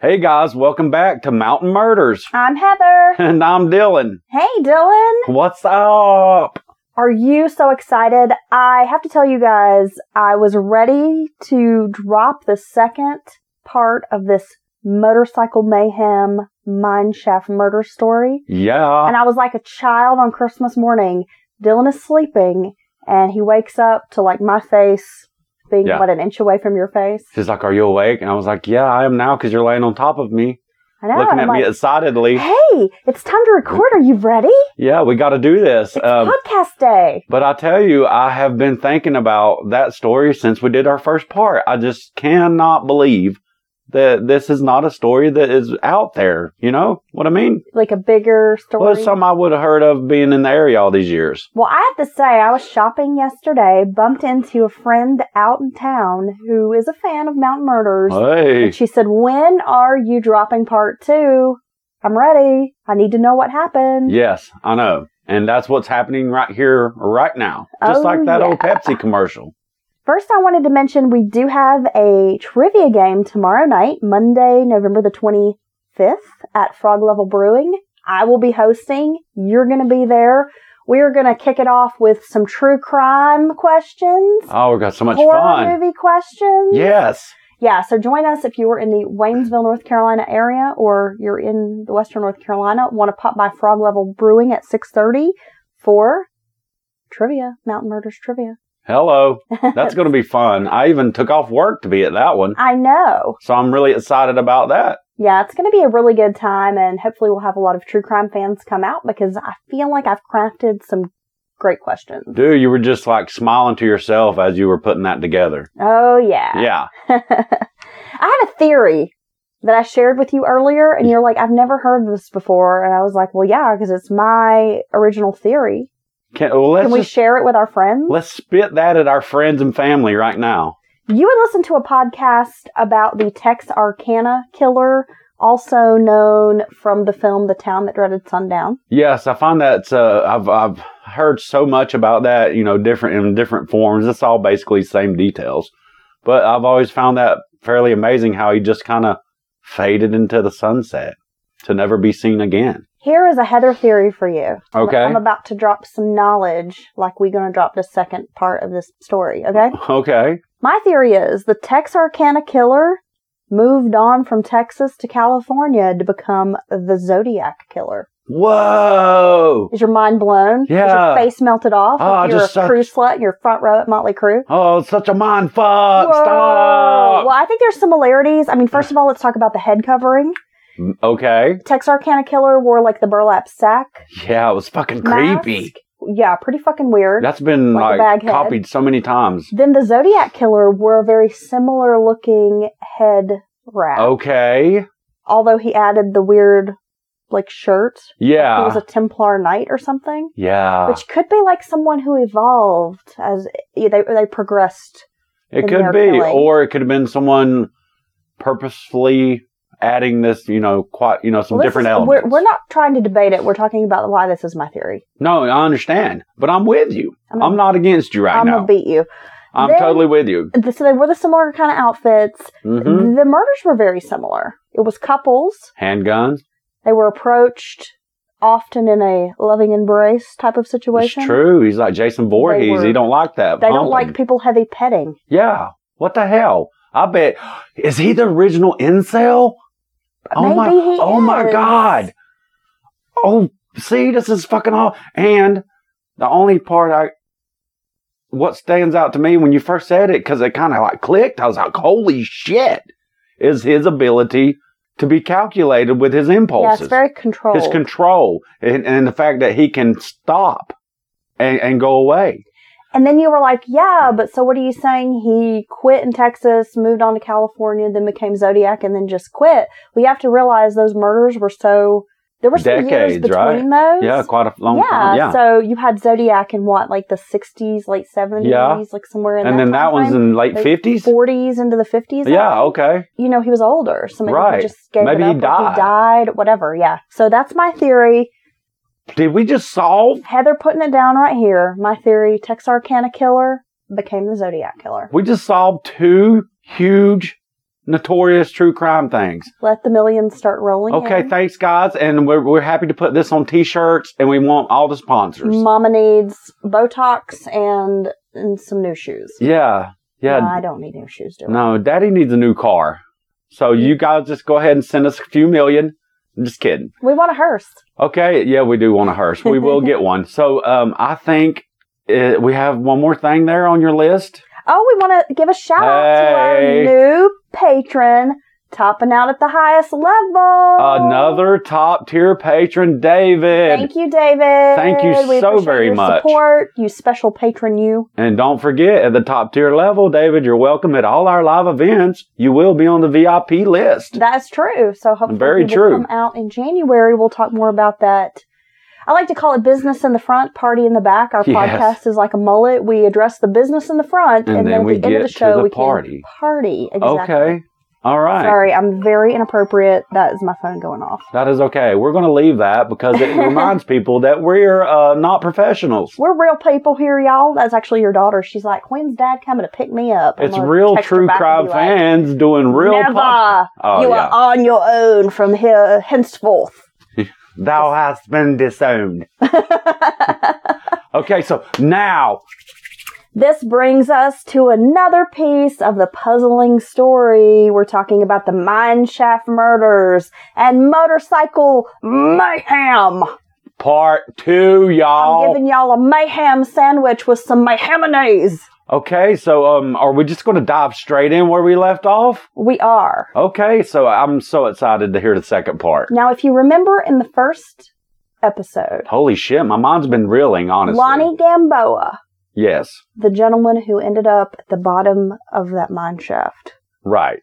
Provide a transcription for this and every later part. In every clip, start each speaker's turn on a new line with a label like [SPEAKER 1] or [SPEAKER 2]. [SPEAKER 1] Hey guys, welcome back to Mountain Murders.
[SPEAKER 2] I'm Heather.
[SPEAKER 1] And I'm Dylan.
[SPEAKER 2] hey, Dylan.
[SPEAKER 1] What's up?
[SPEAKER 2] Are you so excited? I have to tell you guys, I was ready to drop the second part of this motorcycle mayhem mineshaft murder story.
[SPEAKER 1] Yeah.
[SPEAKER 2] And I was like a child on Christmas morning. Dylan is sleeping and he wakes up to like my face being
[SPEAKER 1] Yeah.
[SPEAKER 2] what an inch away from your face.
[SPEAKER 1] She's like, Are you awake? And I was like, Yeah, I am now because you're laying on top of me,
[SPEAKER 2] I know.
[SPEAKER 1] looking
[SPEAKER 2] and
[SPEAKER 1] at
[SPEAKER 2] I'm
[SPEAKER 1] me
[SPEAKER 2] like,
[SPEAKER 1] excitedly.
[SPEAKER 2] hey, it's time to record. Are you ready?
[SPEAKER 1] Yeah, we got to do this.
[SPEAKER 2] It's
[SPEAKER 1] Um,
[SPEAKER 2] podcast day.
[SPEAKER 1] but I tell you, I have been thinking about that story since we did our first part. I just cannot believe that this is not a story that is out there. You know what I mean?
[SPEAKER 2] Like a bigger story.
[SPEAKER 1] Well, it's something I would have heard of being in the area all these years.
[SPEAKER 2] Well, I have to say, I was shopping yesterday, bumped into a friend out in town who is a fan of Mountain Murders.
[SPEAKER 1] Hey.
[SPEAKER 2] And she said, When are you dropping part two? I'm ready. I need to know what happened.
[SPEAKER 1] Yes, I know. And that's what's happening right here, right now. Just
[SPEAKER 2] Oh,
[SPEAKER 1] like that old
[SPEAKER 2] yeah.
[SPEAKER 1] Pepsi commercial.
[SPEAKER 2] First, I wanted to mention we do have a trivia game tomorrow night, Monday, November the 25th at Frog Level Brewing. I will be hosting. You're going to be there. We are going to kick it off with some true crime questions,
[SPEAKER 1] Oh, we got so much
[SPEAKER 2] horror
[SPEAKER 1] fun.
[SPEAKER 2] movie questions.
[SPEAKER 1] Yes.
[SPEAKER 2] Yeah, so join us if you are in the Waynesville, North Carolina area, or you're in the Western North Carolina. Want to pop by Frog Level Brewing at six thirty for trivia, Mountain Murders trivia.
[SPEAKER 1] Hello. That's going to be fun. I even took off work to be at that one.
[SPEAKER 2] I know.
[SPEAKER 1] So I'm really excited about that.
[SPEAKER 2] Yeah, it's going to be a really good time, and hopefully we'll have a lot of true crime fans come out because I feel like I've crafted some great questions.
[SPEAKER 1] Dude, you were just like smiling to yourself as you were putting that together.
[SPEAKER 2] Oh yeah.
[SPEAKER 1] Yeah.
[SPEAKER 2] I had a theory that I shared with you earlier, and you're like, "I've never heard this before," and I was like, "Well, yeah, because it's my original theory."
[SPEAKER 1] Can, well, let's
[SPEAKER 2] Can we
[SPEAKER 1] just-
[SPEAKER 2] share it with our friends?
[SPEAKER 1] let's spit that at our friends and family right now.
[SPEAKER 2] You would listen to a podcast about the Tex Arcana killer, also known from the film The Town That Dreaded Sundown.
[SPEAKER 1] Yes, I find that uh, I've I've heard so much about that. You know, different in different forms. It's all basically same details, but I've always found that fairly amazing how he just kind of faded into the sunset to never be seen again.
[SPEAKER 2] Here is a header theory for you. I'm-
[SPEAKER 1] Okay.
[SPEAKER 2] I'm, about to drop some knowledge, like we're going to drop the second part of this story, okay?
[SPEAKER 1] Okay,
[SPEAKER 2] My theory is the Tex Arcana killer moved on from Texas to California to become the Zodiac killer.
[SPEAKER 1] whoa.
[SPEAKER 2] Is your mind blown? Is
[SPEAKER 1] Yeah.
[SPEAKER 2] your face melted off?
[SPEAKER 1] Oh,
[SPEAKER 2] like you're
[SPEAKER 1] just
[SPEAKER 2] a
[SPEAKER 1] such-
[SPEAKER 2] crew slut in your front row at Motley Crue?
[SPEAKER 1] Oh, it's such a mind fuck.
[SPEAKER 2] Whoa.
[SPEAKER 1] Stop.
[SPEAKER 2] Well, I think there's similarities. I mean, first of all, let's talk about the head covering.
[SPEAKER 1] Okay.
[SPEAKER 2] Texarkana killer wore like the burlap sack.
[SPEAKER 1] Yeah, it was fucking
[SPEAKER 2] mask.
[SPEAKER 1] creepy.
[SPEAKER 2] Yeah, pretty fucking weird.
[SPEAKER 1] That's been
[SPEAKER 2] Like
[SPEAKER 1] like,
[SPEAKER 2] a bag head.
[SPEAKER 1] copied so many times.
[SPEAKER 2] Then the Zodiac killer wore a very similar looking head wrap.
[SPEAKER 1] Okay.
[SPEAKER 2] Although he added the weird like shirt. He
[SPEAKER 1] Yeah.
[SPEAKER 2] was a Templar knight or something.
[SPEAKER 1] yeah.
[SPEAKER 2] Which could be like someone who evolved as they, they progressed.
[SPEAKER 1] It
[SPEAKER 2] in
[SPEAKER 1] could
[SPEAKER 2] their
[SPEAKER 1] be,
[SPEAKER 2] killing.
[SPEAKER 1] or it could have been someone purposefully adding this, you know, quite, you know, some
[SPEAKER 2] Well, this
[SPEAKER 1] different
[SPEAKER 2] is-
[SPEAKER 1] elements.
[SPEAKER 2] We're, we're not trying to debate it. We're talking about why this is my theory.
[SPEAKER 1] no, I understand, but I'm with you.
[SPEAKER 2] I'm
[SPEAKER 1] I'm not against you right
[SPEAKER 2] I'm
[SPEAKER 1] now.
[SPEAKER 2] gonna beat you.
[SPEAKER 1] I'm
[SPEAKER 2] Then-
[SPEAKER 1] totally with you.
[SPEAKER 2] the- so they wore the similar kind of outfits.
[SPEAKER 1] hmm
[SPEAKER 2] The murders were very similar. It was couples.
[SPEAKER 1] Handguns.
[SPEAKER 2] They were approached often in a loving embrace type of
[SPEAKER 1] It's
[SPEAKER 2] situation.
[SPEAKER 1] true. Oh He's like Jason Voorhees.
[SPEAKER 2] were-
[SPEAKER 1] he don't like that.
[SPEAKER 2] They don't
[SPEAKER 1] pumping.
[SPEAKER 2] like people heavy petting.
[SPEAKER 1] Yeah. What the hell? I bet. Is he the original incel? Oh my.
[SPEAKER 2] Maybe he
[SPEAKER 1] oh my
[SPEAKER 2] is.
[SPEAKER 1] god. Oh, see, this is fucking all. And the only part I, what stands out to me when you first said it, because it kind of like clicked. I was like, holy shit, is his ability to be calculated with his
[SPEAKER 2] Yeah,
[SPEAKER 1] impulses,
[SPEAKER 2] it's very controlled.
[SPEAKER 1] his control, and, and the fact that he can stop and, and go away.
[SPEAKER 2] and then you were like, yeah, but so what are you saying? He quit in Texas, moved on to California, then became Zodiac, and then just quit. We have to realize those murders were so. There were some years
[SPEAKER 1] Decades, right?
[SPEAKER 2] between those.
[SPEAKER 1] Yeah, quite a long time. Yeah.
[SPEAKER 2] So you had Zodiac in what, like the 60s, late 70s,
[SPEAKER 1] Yeah.
[SPEAKER 2] like somewhere in
[SPEAKER 1] and
[SPEAKER 2] that
[SPEAKER 1] then that
[SPEAKER 2] time
[SPEAKER 1] one's
[SPEAKER 2] frame?
[SPEAKER 1] in late
[SPEAKER 2] Like,
[SPEAKER 1] 50s.
[SPEAKER 2] 40s into the 50s. I
[SPEAKER 1] Yeah,
[SPEAKER 2] think.
[SPEAKER 1] okay.
[SPEAKER 2] You know, he was older, so maybe
[SPEAKER 1] Right.
[SPEAKER 2] he just gave
[SPEAKER 1] Maybe
[SPEAKER 2] it
[SPEAKER 1] he
[SPEAKER 2] up. or
[SPEAKER 1] died.
[SPEAKER 2] he died, whatever. Yeah. So that's my theory.
[SPEAKER 1] Did we just solve?
[SPEAKER 2] Heather putting it down right here. My theory: Texarkana killer became the Zodiac killer.
[SPEAKER 1] We just solved two huge notorious true crime things.
[SPEAKER 2] Let the millions start rolling.
[SPEAKER 1] Okay,
[SPEAKER 2] in.
[SPEAKER 1] thanks guys, and we're we're happy to put this on t-shirts, and we want all the sponsors.
[SPEAKER 2] Mama needs Botox and, and some new shoes.
[SPEAKER 1] yeah, yeah.
[SPEAKER 2] No, I don't need new shoes, do I?
[SPEAKER 1] No, Daddy needs a new car. So you guys just go ahead and send us a few million. I'm just kidding.
[SPEAKER 2] We want a hearse.
[SPEAKER 1] Okay, yeah, we do want a hearse. We will get one. So um, I think uh we have one more thing there on your list.
[SPEAKER 2] Oh, we want to give a shout out to our
[SPEAKER 1] Hey.
[SPEAKER 2] new patron, topping out at the highest level.
[SPEAKER 1] Another top tier patron, David.
[SPEAKER 2] Thank you, David.
[SPEAKER 1] Thank you
[SPEAKER 2] We
[SPEAKER 1] so
[SPEAKER 2] appreciate
[SPEAKER 1] very
[SPEAKER 2] your
[SPEAKER 1] much.
[SPEAKER 2] Support you, special patron. You.
[SPEAKER 1] And don't forget, at the top tier level, David, you're welcome at all our live events. You will be on the VIP list.
[SPEAKER 2] That's true. So hopefully,
[SPEAKER 1] Very
[SPEAKER 2] when we
[SPEAKER 1] true.
[SPEAKER 2] Come out in January. We'll talk more about that. I like to call it business in the front, party in the back. Our
[SPEAKER 1] Yes.
[SPEAKER 2] podcast is like a mullet. We address the business in the front,
[SPEAKER 1] And
[SPEAKER 2] and,
[SPEAKER 1] then
[SPEAKER 2] then,
[SPEAKER 1] we
[SPEAKER 2] at the end of
[SPEAKER 1] get
[SPEAKER 2] the
[SPEAKER 1] to
[SPEAKER 2] show,
[SPEAKER 1] the
[SPEAKER 2] we
[SPEAKER 1] party.
[SPEAKER 2] can party. Exactly.
[SPEAKER 1] Okay. All right.
[SPEAKER 2] Sorry, I'm very inappropriate. That is my phone going off.
[SPEAKER 1] That is okay. We're going to leave that because it reminds people that we're uh, not professionals.
[SPEAKER 2] We're real people here, y'all. That's actually your daughter. She's like, when's dad coming to pick me up? I'm
[SPEAKER 1] It's
[SPEAKER 2] gonna
[SPEAKER 1] real
[SPEAKER 2] text her
[SPEAKER 1] true
[SPEAKER 2] back and
[SPEAKER 1] crime
[SPEAKER 2] be like,
[SPEAKER 1] fans doing real.
[SPEAKER 2] Never.
[SPEAKER 1] pod- Oh,
[SPEAKER 2] you
[SPEAKER 1] yeah.
[SPEAKER 2] are on your own from here henceforth.
[SPEAKER 1] Thou hast been disowned. Okay, so now
[SPEAKER 2] this brings us to another piece of the puzzling story. We're talking about the mineshaft murders and motorcycle mayhem.
[SPEAKER 1] part two,
[SPEAKER 2] I'm
[SPEAKER 1] y'all.
[SPEAKER 2] giving y'all a mayhem sandwich with some mayheminase.
[SPEAKER 1] okay, so um, are we just going to dive straight in where we left off?
[SPEAKER 2] We are.
[SPEAKER 1] Okay, so I'm so excited to hear the second part.
[SPEAKER 2] Now, if you remember in the first episode,
[SPEAKER 1] Holy shit, my mind's been reeling, honestly.
[SPEAKER 2] Lonnie Gamboa,
[SPEAKER 1] Yes,
[SPEAKER 2] the gentleman who ended up at the bottom of that mine shaft,
[SPEAKER 1] right.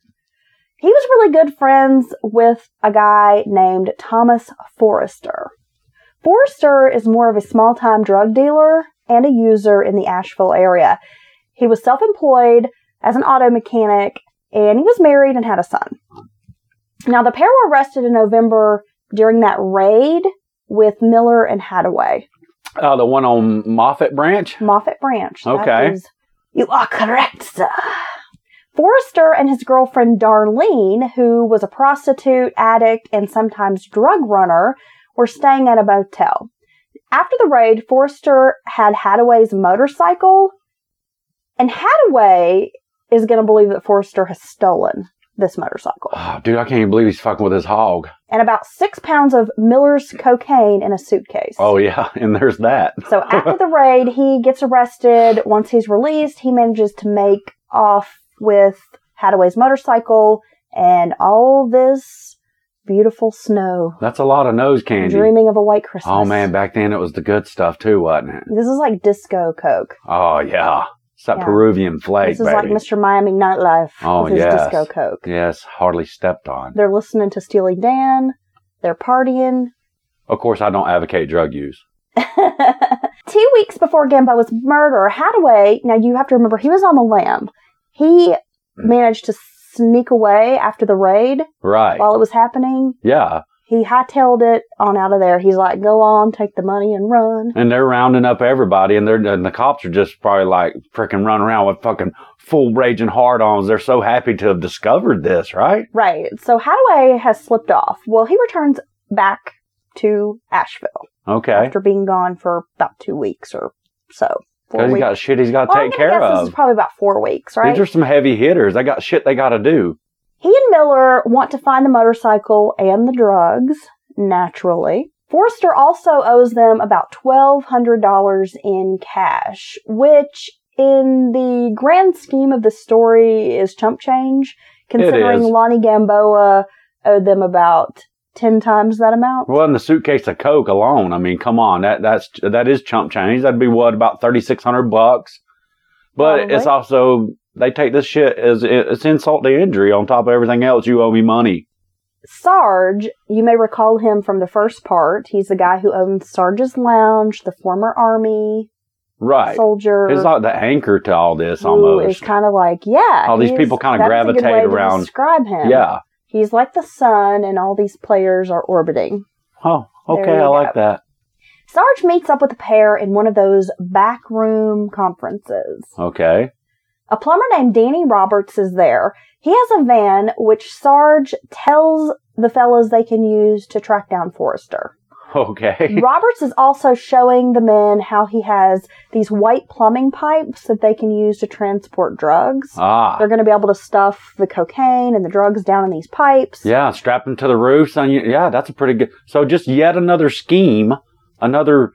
[SPEAKER 2] he was really good friends with a guy named Thomas Forrester. Forrester is more of a small time drug dealer and a user in the Asheville area. He was self employed as an auto mechanic and he was married and had a son. Now, the pair were arrested in November during that raid with Miller and Hadaway.
[SPEAKER 1] Uh, the one on Moffat Branch.
[SPEAKER 2] Moffat Branch. That
[SPEAKER 1] Okay.
[SPEAKER 2] is- you are correct, sir. Forrester and his girlfriend Darlene, who was a prostitute, addict, and sometimes drug runner, were staying at a motel. After the raid, Forrester had Hadaway's motorcycle, and Hadaway is going to believe that Forrester has stolen this motorcycle
[SPEAKER 1] Oh, dude, I can't even believe he's fucking with his hog.
[SPEAKER 2] and about six pounds of Miller's cocaine in a suitcase.
[SPEAKER 1] Oh yeah, and there's that.
[SPEAKER 2] So after the raid, he gets arrested. Once he's released, he manages to make off with Hadaway's motorcycle and all this beautiful snow.
[SPEAKER 1] That's a lot of nose candy.
[SPEAKER 2] Dreaming of a white Christmas.
[SPEAKER 1] Oh man, back then it was the good stuff too, wasn't it?
[SPEAKER 2] This is like disco coke.
[SPEAKER 1] Oh yeah, it's that
[SPEAKER 2] Yeah.
[SPEAKER 1] Peruvian flake,
[SPEAKER 2] this is
[SPEAKER 1] baby.
[SPEAKER 2] like Mr. Miami nightlife
[SPEAKER 1] Oh,
[SPEAKER 2] with his
[SPEAKER 1] yes.
[SPEAKER 2] disco coke.
[SPEAKER 1] yes, hardly stepped on.
[SPEAKER 2] They're listening to Steely Dan. They're partying.
[SPEAKER 1] Of course, I don't advocate drug use.
[SPEAKER 2] Two weeks before Gamboa's murder, Hadaway, now you have to remember, he was on the lam.
[SPEAKER 1] Hmm.
[SPEAKER 2] He managed to sneak away after the raid
[SPEAKER 1] Right?
[SPEAKER 2] while it was happening.
[SPEAKER 1] yeah,
[SPEAKER 2] He hightailed it on out of there. He's like, go on, take the money and run.
[SPEAKER 1] and they're rounding up everybody, and they're and the cops are just probably like freaking running around with fucking full raging hard-ons. They're so happy to have discovered this, right?
[SPEAKER 2] Right. So Hadaway has slipped off. Well, he returns back to Asheville
[SPEAKER 1] Okay,
[SPEAKER 2] after being gone for about two weeks or so.
[SPEAKER 1] because he's got shit he's got to
[SPEAKER 2] Well, I'm
[SPEAKER 1] take
[SPEAKER 2] gonna
[SPEAKER 1] care
[SPEAKER 2] guess This
[SPEAKER 1] of.
[SPEAKER 2] is probably about four weeks, right?
[SPEAKER 1] These are some heavy hitters. They got shit they got to do.
[SPEAKER 2] He and Miller want to find the motorcycle and the drugs, naturally. Forrester also owes them about $1,200 in cash, which, in the grand scheme of the story, is chump change, considering
[SPEAKER 1] is.
[SPEAKER 2] Lonnie Gamboa owed them about 10 times that amount.
[SPEAKER 1] Well, in the suitcase of coke alone, I mean, come on, that that's that is chump change. That'd be what about thirty six hundred bucks. But
[SPEAKER 2] Probably.
[SPEAKER 1] it's also they take this shit as it's insult to injury on top of everything else. You owe me money.
[SPEAKER 2] Sarge, you may recall him from the first part. He's the guy who owns Sarge's Lounge, the former army
[SPEAKER 1] Right.
[SPEAKER 2] soldier.
[SPEAKER 1] It's like the anchor to all this
[SPEAKER 2] who is
[SPEAKER 1] almost.
[SPEAKER 2] kind of like, yeah.
[SPEAKER 1] All these
[SPEAKER 2] he's-
[SPEAKER 1] people kinda
[SPEAKER 2] that's a good
[SPEAKER 1] gravitate
[SPEAKER 2] way to
[SPEAKER 1] around-
[SPEAKER 2] describe him.
[SPEAKER 1] Yeah.
[SPEAKER 2] He's like the sun, and all these players are orbiting.
[SPEAKER 1] Oh,
[SPEAKER 2] There
[SPEAKER 1] okay,
[SPEAKER 2] you
[SPEAKER 1] I
[SPEAKER 2] go.
[SPEAKER 1] like that.
[SPEAKER 2] Sarge meets up with the pair in one of those backroom conferences.
[SPEAKER 1] Okay.
[SPEAKER 2] A plumber named Danny Roberts is there. He has a van which Sarge tells the fellows they can use to track down Forrester.
[SPEAKER 1] Okay.
[SPEAKER 2] Roberts is also showing the men how he has these white plumbing pipes that they can use to transport drugs.
[SPEAKER 1] Ah.
[SPEAKER 2] They're going to be able to stuff the cocaine and the drugs down in these pipes.
[SPEAKER 1] Yeah, strap them to the roofs on you. Yeah, that's a pretty good. So just yet another scheme, another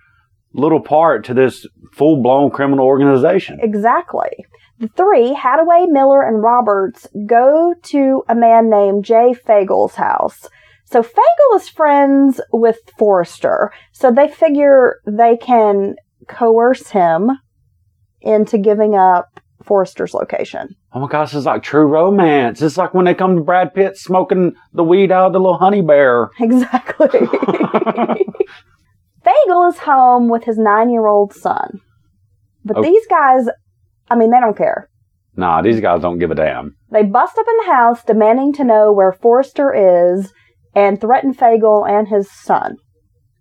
[SPEAKER 1] little part to this full blown criminal organization.
[SPEAKER 2] Exactly. The three, Hadaway, Miller, and Roberts, go to a man named Jay Fagel's house. So Fagel is friends with Forrester, so they figure they can coerce him into giving up Forrester's location.
[SPEAKER 1] Oh my gosh, it's like true romance. It's like when they come to Brad Pitt smoking the weed out of the little honey bear.
[SPEAKER 2] Exactly. Fagel is home with his nine year old son. But
[SPEAKER 1] Oh.
[SPEAKER 2] these guys, I mean, they don't care.
[SPEAKER 1] nah, these guys don't give a damn.
[SPEAKER 2] They bust up in the house, demanding to know where Forrester is, and threaten Fagel and his son.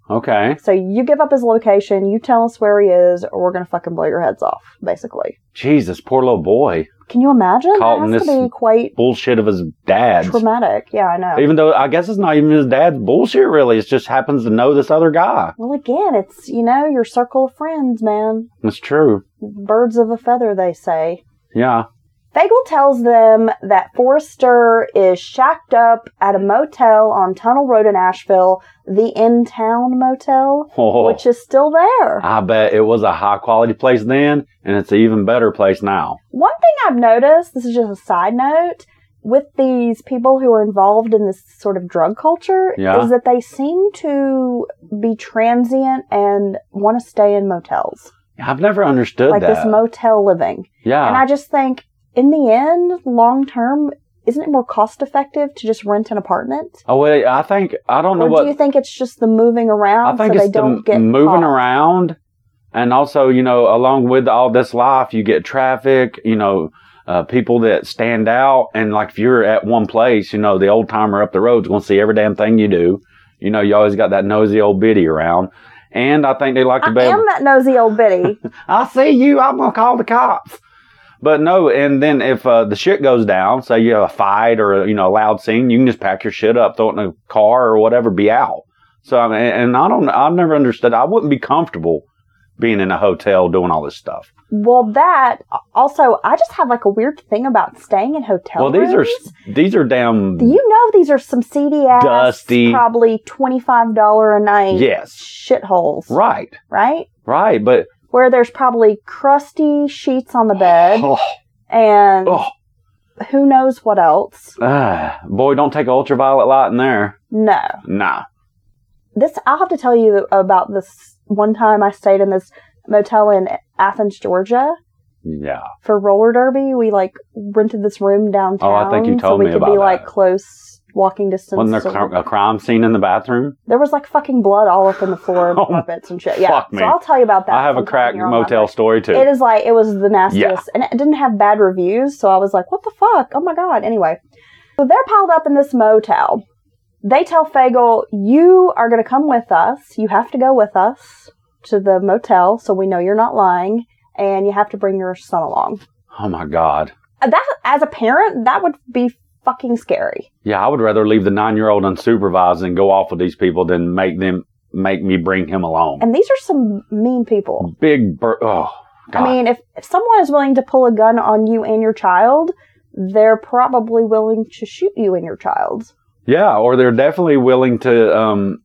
[SPEAKER 1] Okay.
[SPEAKER 2] So you give up his location, you tell us where he is, or we're gonna fucking blow your heads off, basically.
[SPEAKER 1] Jesus, poor little boy.
[SPEAKER 2] Can you imagine?
[SPEAKER 1] Caught in
[SPEAKER 2] that has to
[SPEAKER 1] this-
[SPEAKER 2] be quite
[SPEAKER 1] Bullshit of his dad's.
[SPEAKER 2] traumatic. Yeah, I know.
[SPEAKER 1] Even though I guess it's not even his dad's bullshit, really. It just happens to know this other guy.
[SPEAKER 2] well, again, it's you know your circle of friends, man.
[SPEAKER 1] It's true.
[SPEAKER 2] Birds of a feather, they say.
[SPEAKER 1] Yeah.
[SPEAKER 2] Fagel tells them that Forrester is shacked up at a motel on Tunnel Road in Asheville, the In Town Motel,
[SPEAKER 1] Oh,
[SPEAKER 2] which is still there.
[SPEAKER 1] I bet it was a high quality place then, and it's an even better place now.
[SPEAKER 2] One thing I've noticed, this is just a side note, with these people who are involved in this sort of drug culture
[SPEAKER 1] Yeah.
[SPEAKER 2] is that they seem to be transient and want to stay in motels.
[SPEAKER 1] I've never understood
[SPEAKER 2] like
[SPEAKER 1] that.
[SPEAKER 2] this motel living. And
[SPEAKER 1] yeah.
[SPEAKER 2] I just think in the end, long term, isn't it more cost effective to just rent an apartment?
[SPEAKER 1] oh, wait, I think, I don't know
[SPEAKER 2] Or
[SPEAKER 1] what.
[SPEAKER 2] do you think it's just the moving around
[SPEAKER 1] I think
[SPEAKER 2] so
[SPEAKER 1] it's
[SPEAKER 2] they don't
[SPEAKER 1] the
[SPEAKER 2] get
[SPEAKER 1] m- moving
[SPEAKER 2] caught?
[SPEAKER 1] around, and also you know, along with all this life, you get traffic. You know, uh, people that stand out, and like if you're at one place, you know, the old timer up the road's going to see every damn thing you do. You know, you always got that nosy old biddy around, and I think they like to
[SPEAKER 2] I
[SPEAKER 1] be. able-
[SPEAKER 2] am that nosy old biddy.
[SPEAKER 1] I see you. I'm gonna call the cops. But no, and then if uh, the shit goes down, say you have a fight or you know a loud scene, you can just pack your shit up, throw it in a car or whatever, be out. So I mean, and I don't, I've never understood. I wouldn't be comfortable being in a hotel doing all this stuff.
[SPEAKER 2] Well, that also, I just have like a weird thing about staying in hotel
[SPEAKER 1] well, these are
[SPEAKER 2] rooms.
[SPEAKER 1] s- these are damn.
[SPEAKER 2] You know, these are some seedy ass,
[SPEAKER 1] Dusty.
[SPEAKER 2] probably twenty five dollar a night
[SPEAKER 1] yes,
[SPEAKER 2] shitholes, right.
[SPEAKER 1] right, right, but
[SPEAKER 2] Where there's probably crusty sheets on the bed
[SPEAKER 1] oh,
[SPEAKER 2] and
[SPEAKER 1] oh,
[SPEAKER 2] who knows what else.
[SPEAKER 1] ah, boy, don't take an ultraviolet light in there.
[SPEAKER 2] No,
[SPEAKER 1] Nah,
[SPEAKER 2] this I'll have to tell you about this one time I stayed in this motel in Athens, Georgia.
[SPEAKER 1] yeah,
[SPEAKER 2] For roller derby, we like rented this room downtown.
[SPEAKER 1] Oh, I think you
[SPEAKER 2] so
[SPEAKER 1] told
[SPEAKER 2] we
[SPEAKER 1] me
[SPEAKER 2] could
[SPEAKER 1] about
[SPEAKER 2] be
[SPEAKER 1] that.
[SPEAKER 2] like close walking distance.
[SPEAKER 1] wasn't there
[SPEAKER 2] to-
[SPEAKER 1] cr- a crime scene in the bathroom?
[SPEAKER 2] There was like fucking blood all up in the floor and
[SPEAKER 1] Oh,
[SPEAKER 2] carpets and shit. Yeah.
[SPEAKER 1] fuck me.
[SPEAKER 2] So I'll tell you about that.
[SPEAKER 1] I have a
[SPEAKER 2] sometime
[SPEAKER 1] crack
[SPEAKER 2] here on
[SPEAKER 1] motel story too.
[SPEAKER 2] my- It is like it was the nastiest, and it didn't have bad reviews. So I was like, "What the fuck? Oh my god!" Anyway, so they're piled up in this motel. They tell Fagel, "You are going to come with us. You have to go with us to the motel, so we know you're not lying, and you have to bring your son along."
[SPEAKER 1] Oh my god.
[SPEAKER 2] Uh, That, as a parent, that would be fucking scary.
[SPEAKER 1] Yeah, I would rather leave the nine year old unsupervised and go off with these people than make them make me bring him along.
[SPEAKER 2] And these are some mean people.
[SPEAKER 1] Big bur- oh god.
[SPEAKER 2] I mean, if, if someone is willing to pull a gun on you and your child, they're probably willing to shoot you and your child.
[SPEAKER 1] yeah, or they're definitely willing to um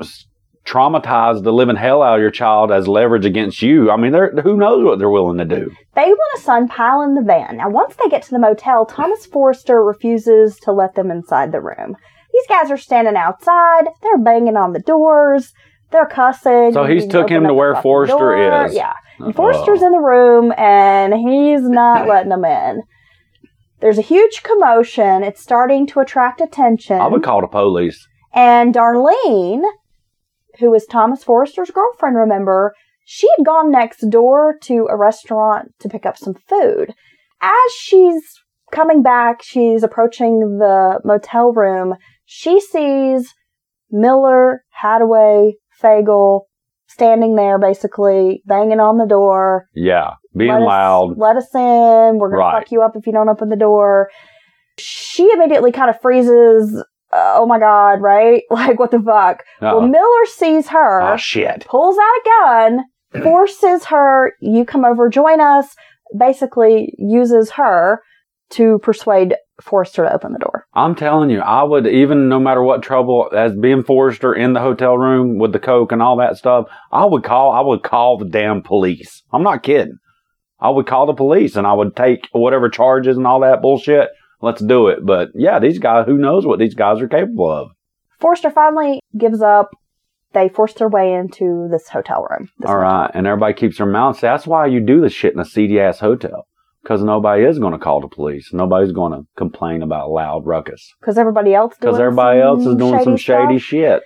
[SPEAKER 1] s- traumatize the living hell out of your child as leverage against you. I mean, they're who knows what they're willing to do.
[SPEAKER 2] They want a son pile in the van. Now, once they get to the motel, Thomas Forrester refuses to let them inside the room. These guys are standing outside. They're banganging on the doors. They're cussing.
[SPEAKER 1] So he's
[SPEAKER 2] He
[SPEAKER 1] took him to
[SPEAKER 2] opened up the
[SPEAKER 1] where
[SPEAKER 2] fucking
[SPEAKER 1] Forrester
[SPEAKER 2] door.
[SPEAKER 1] is.
[SPEAKER 2] Yeah. And Forrester's
[SPEAKER 1] Uh,
[SPEAKER 2] in the room and he's not letting them in. There's a huge commotion. It's starting to attract attention.
[SPEAKER 1] I would call the police.
[SPEAKER 2] And Darlene, who was Thomas Forrester's girlfriend, remember, she had gone next door to a restaurant to pick up some food. As she's coming back, she's approaching the motel room. She sees Miller, Hadaway, Fagel standing there basically banging on the door.
[SPEAKER 1] Yeah. Being
[SPEAKER 2] "Let us-
[SPEAKER 1] loud.
[SPEAKER 2] let us in. We're going
[SPEAKER 1] Right.
[SPEAKER 2] to fuck you up if you don't open the door. She immediately kind of freezes. Oh my God, right? Like, what the fuck? Well,
[SPEAKER 1] Uh-uh.
[SPEAKER 2] Miller sees her
[SPEAKER 1] Ah, shit.
[SPEAKER 2] pulls out a gun, forces her, you come over, join us, basically uses her to persuade Forrester to open the door.
[SPEAKER 1] I'm telling you, I would even no matter what trouble as being Forrester in the hotel room with the coke and all that stuff, I would call. I would call the damn police. I'm not kidding. I would call the police and I would take whatever charges and all that bullshit. Let's do it. But yeah, these guys. Who knows what these guys are capable of?
[SPEAKER 2] Forrester finally gives up. They force their way into this hotel room. This
[SPEAKER 1] all right, and everybody keeps their mouths. That's why you do this shit in a seedy ass hotel because nobody is going to call the police. Nobody's going to complain about loud ruckus
[SPEAKER 2] Because everybody else doing
[SPEAKER 1] because everybody
[SPEAKER 2] some
[SPEAKER 1] else is doing some shady
[SPEAKER 2] stuff.
[SPEAKER 1] shit.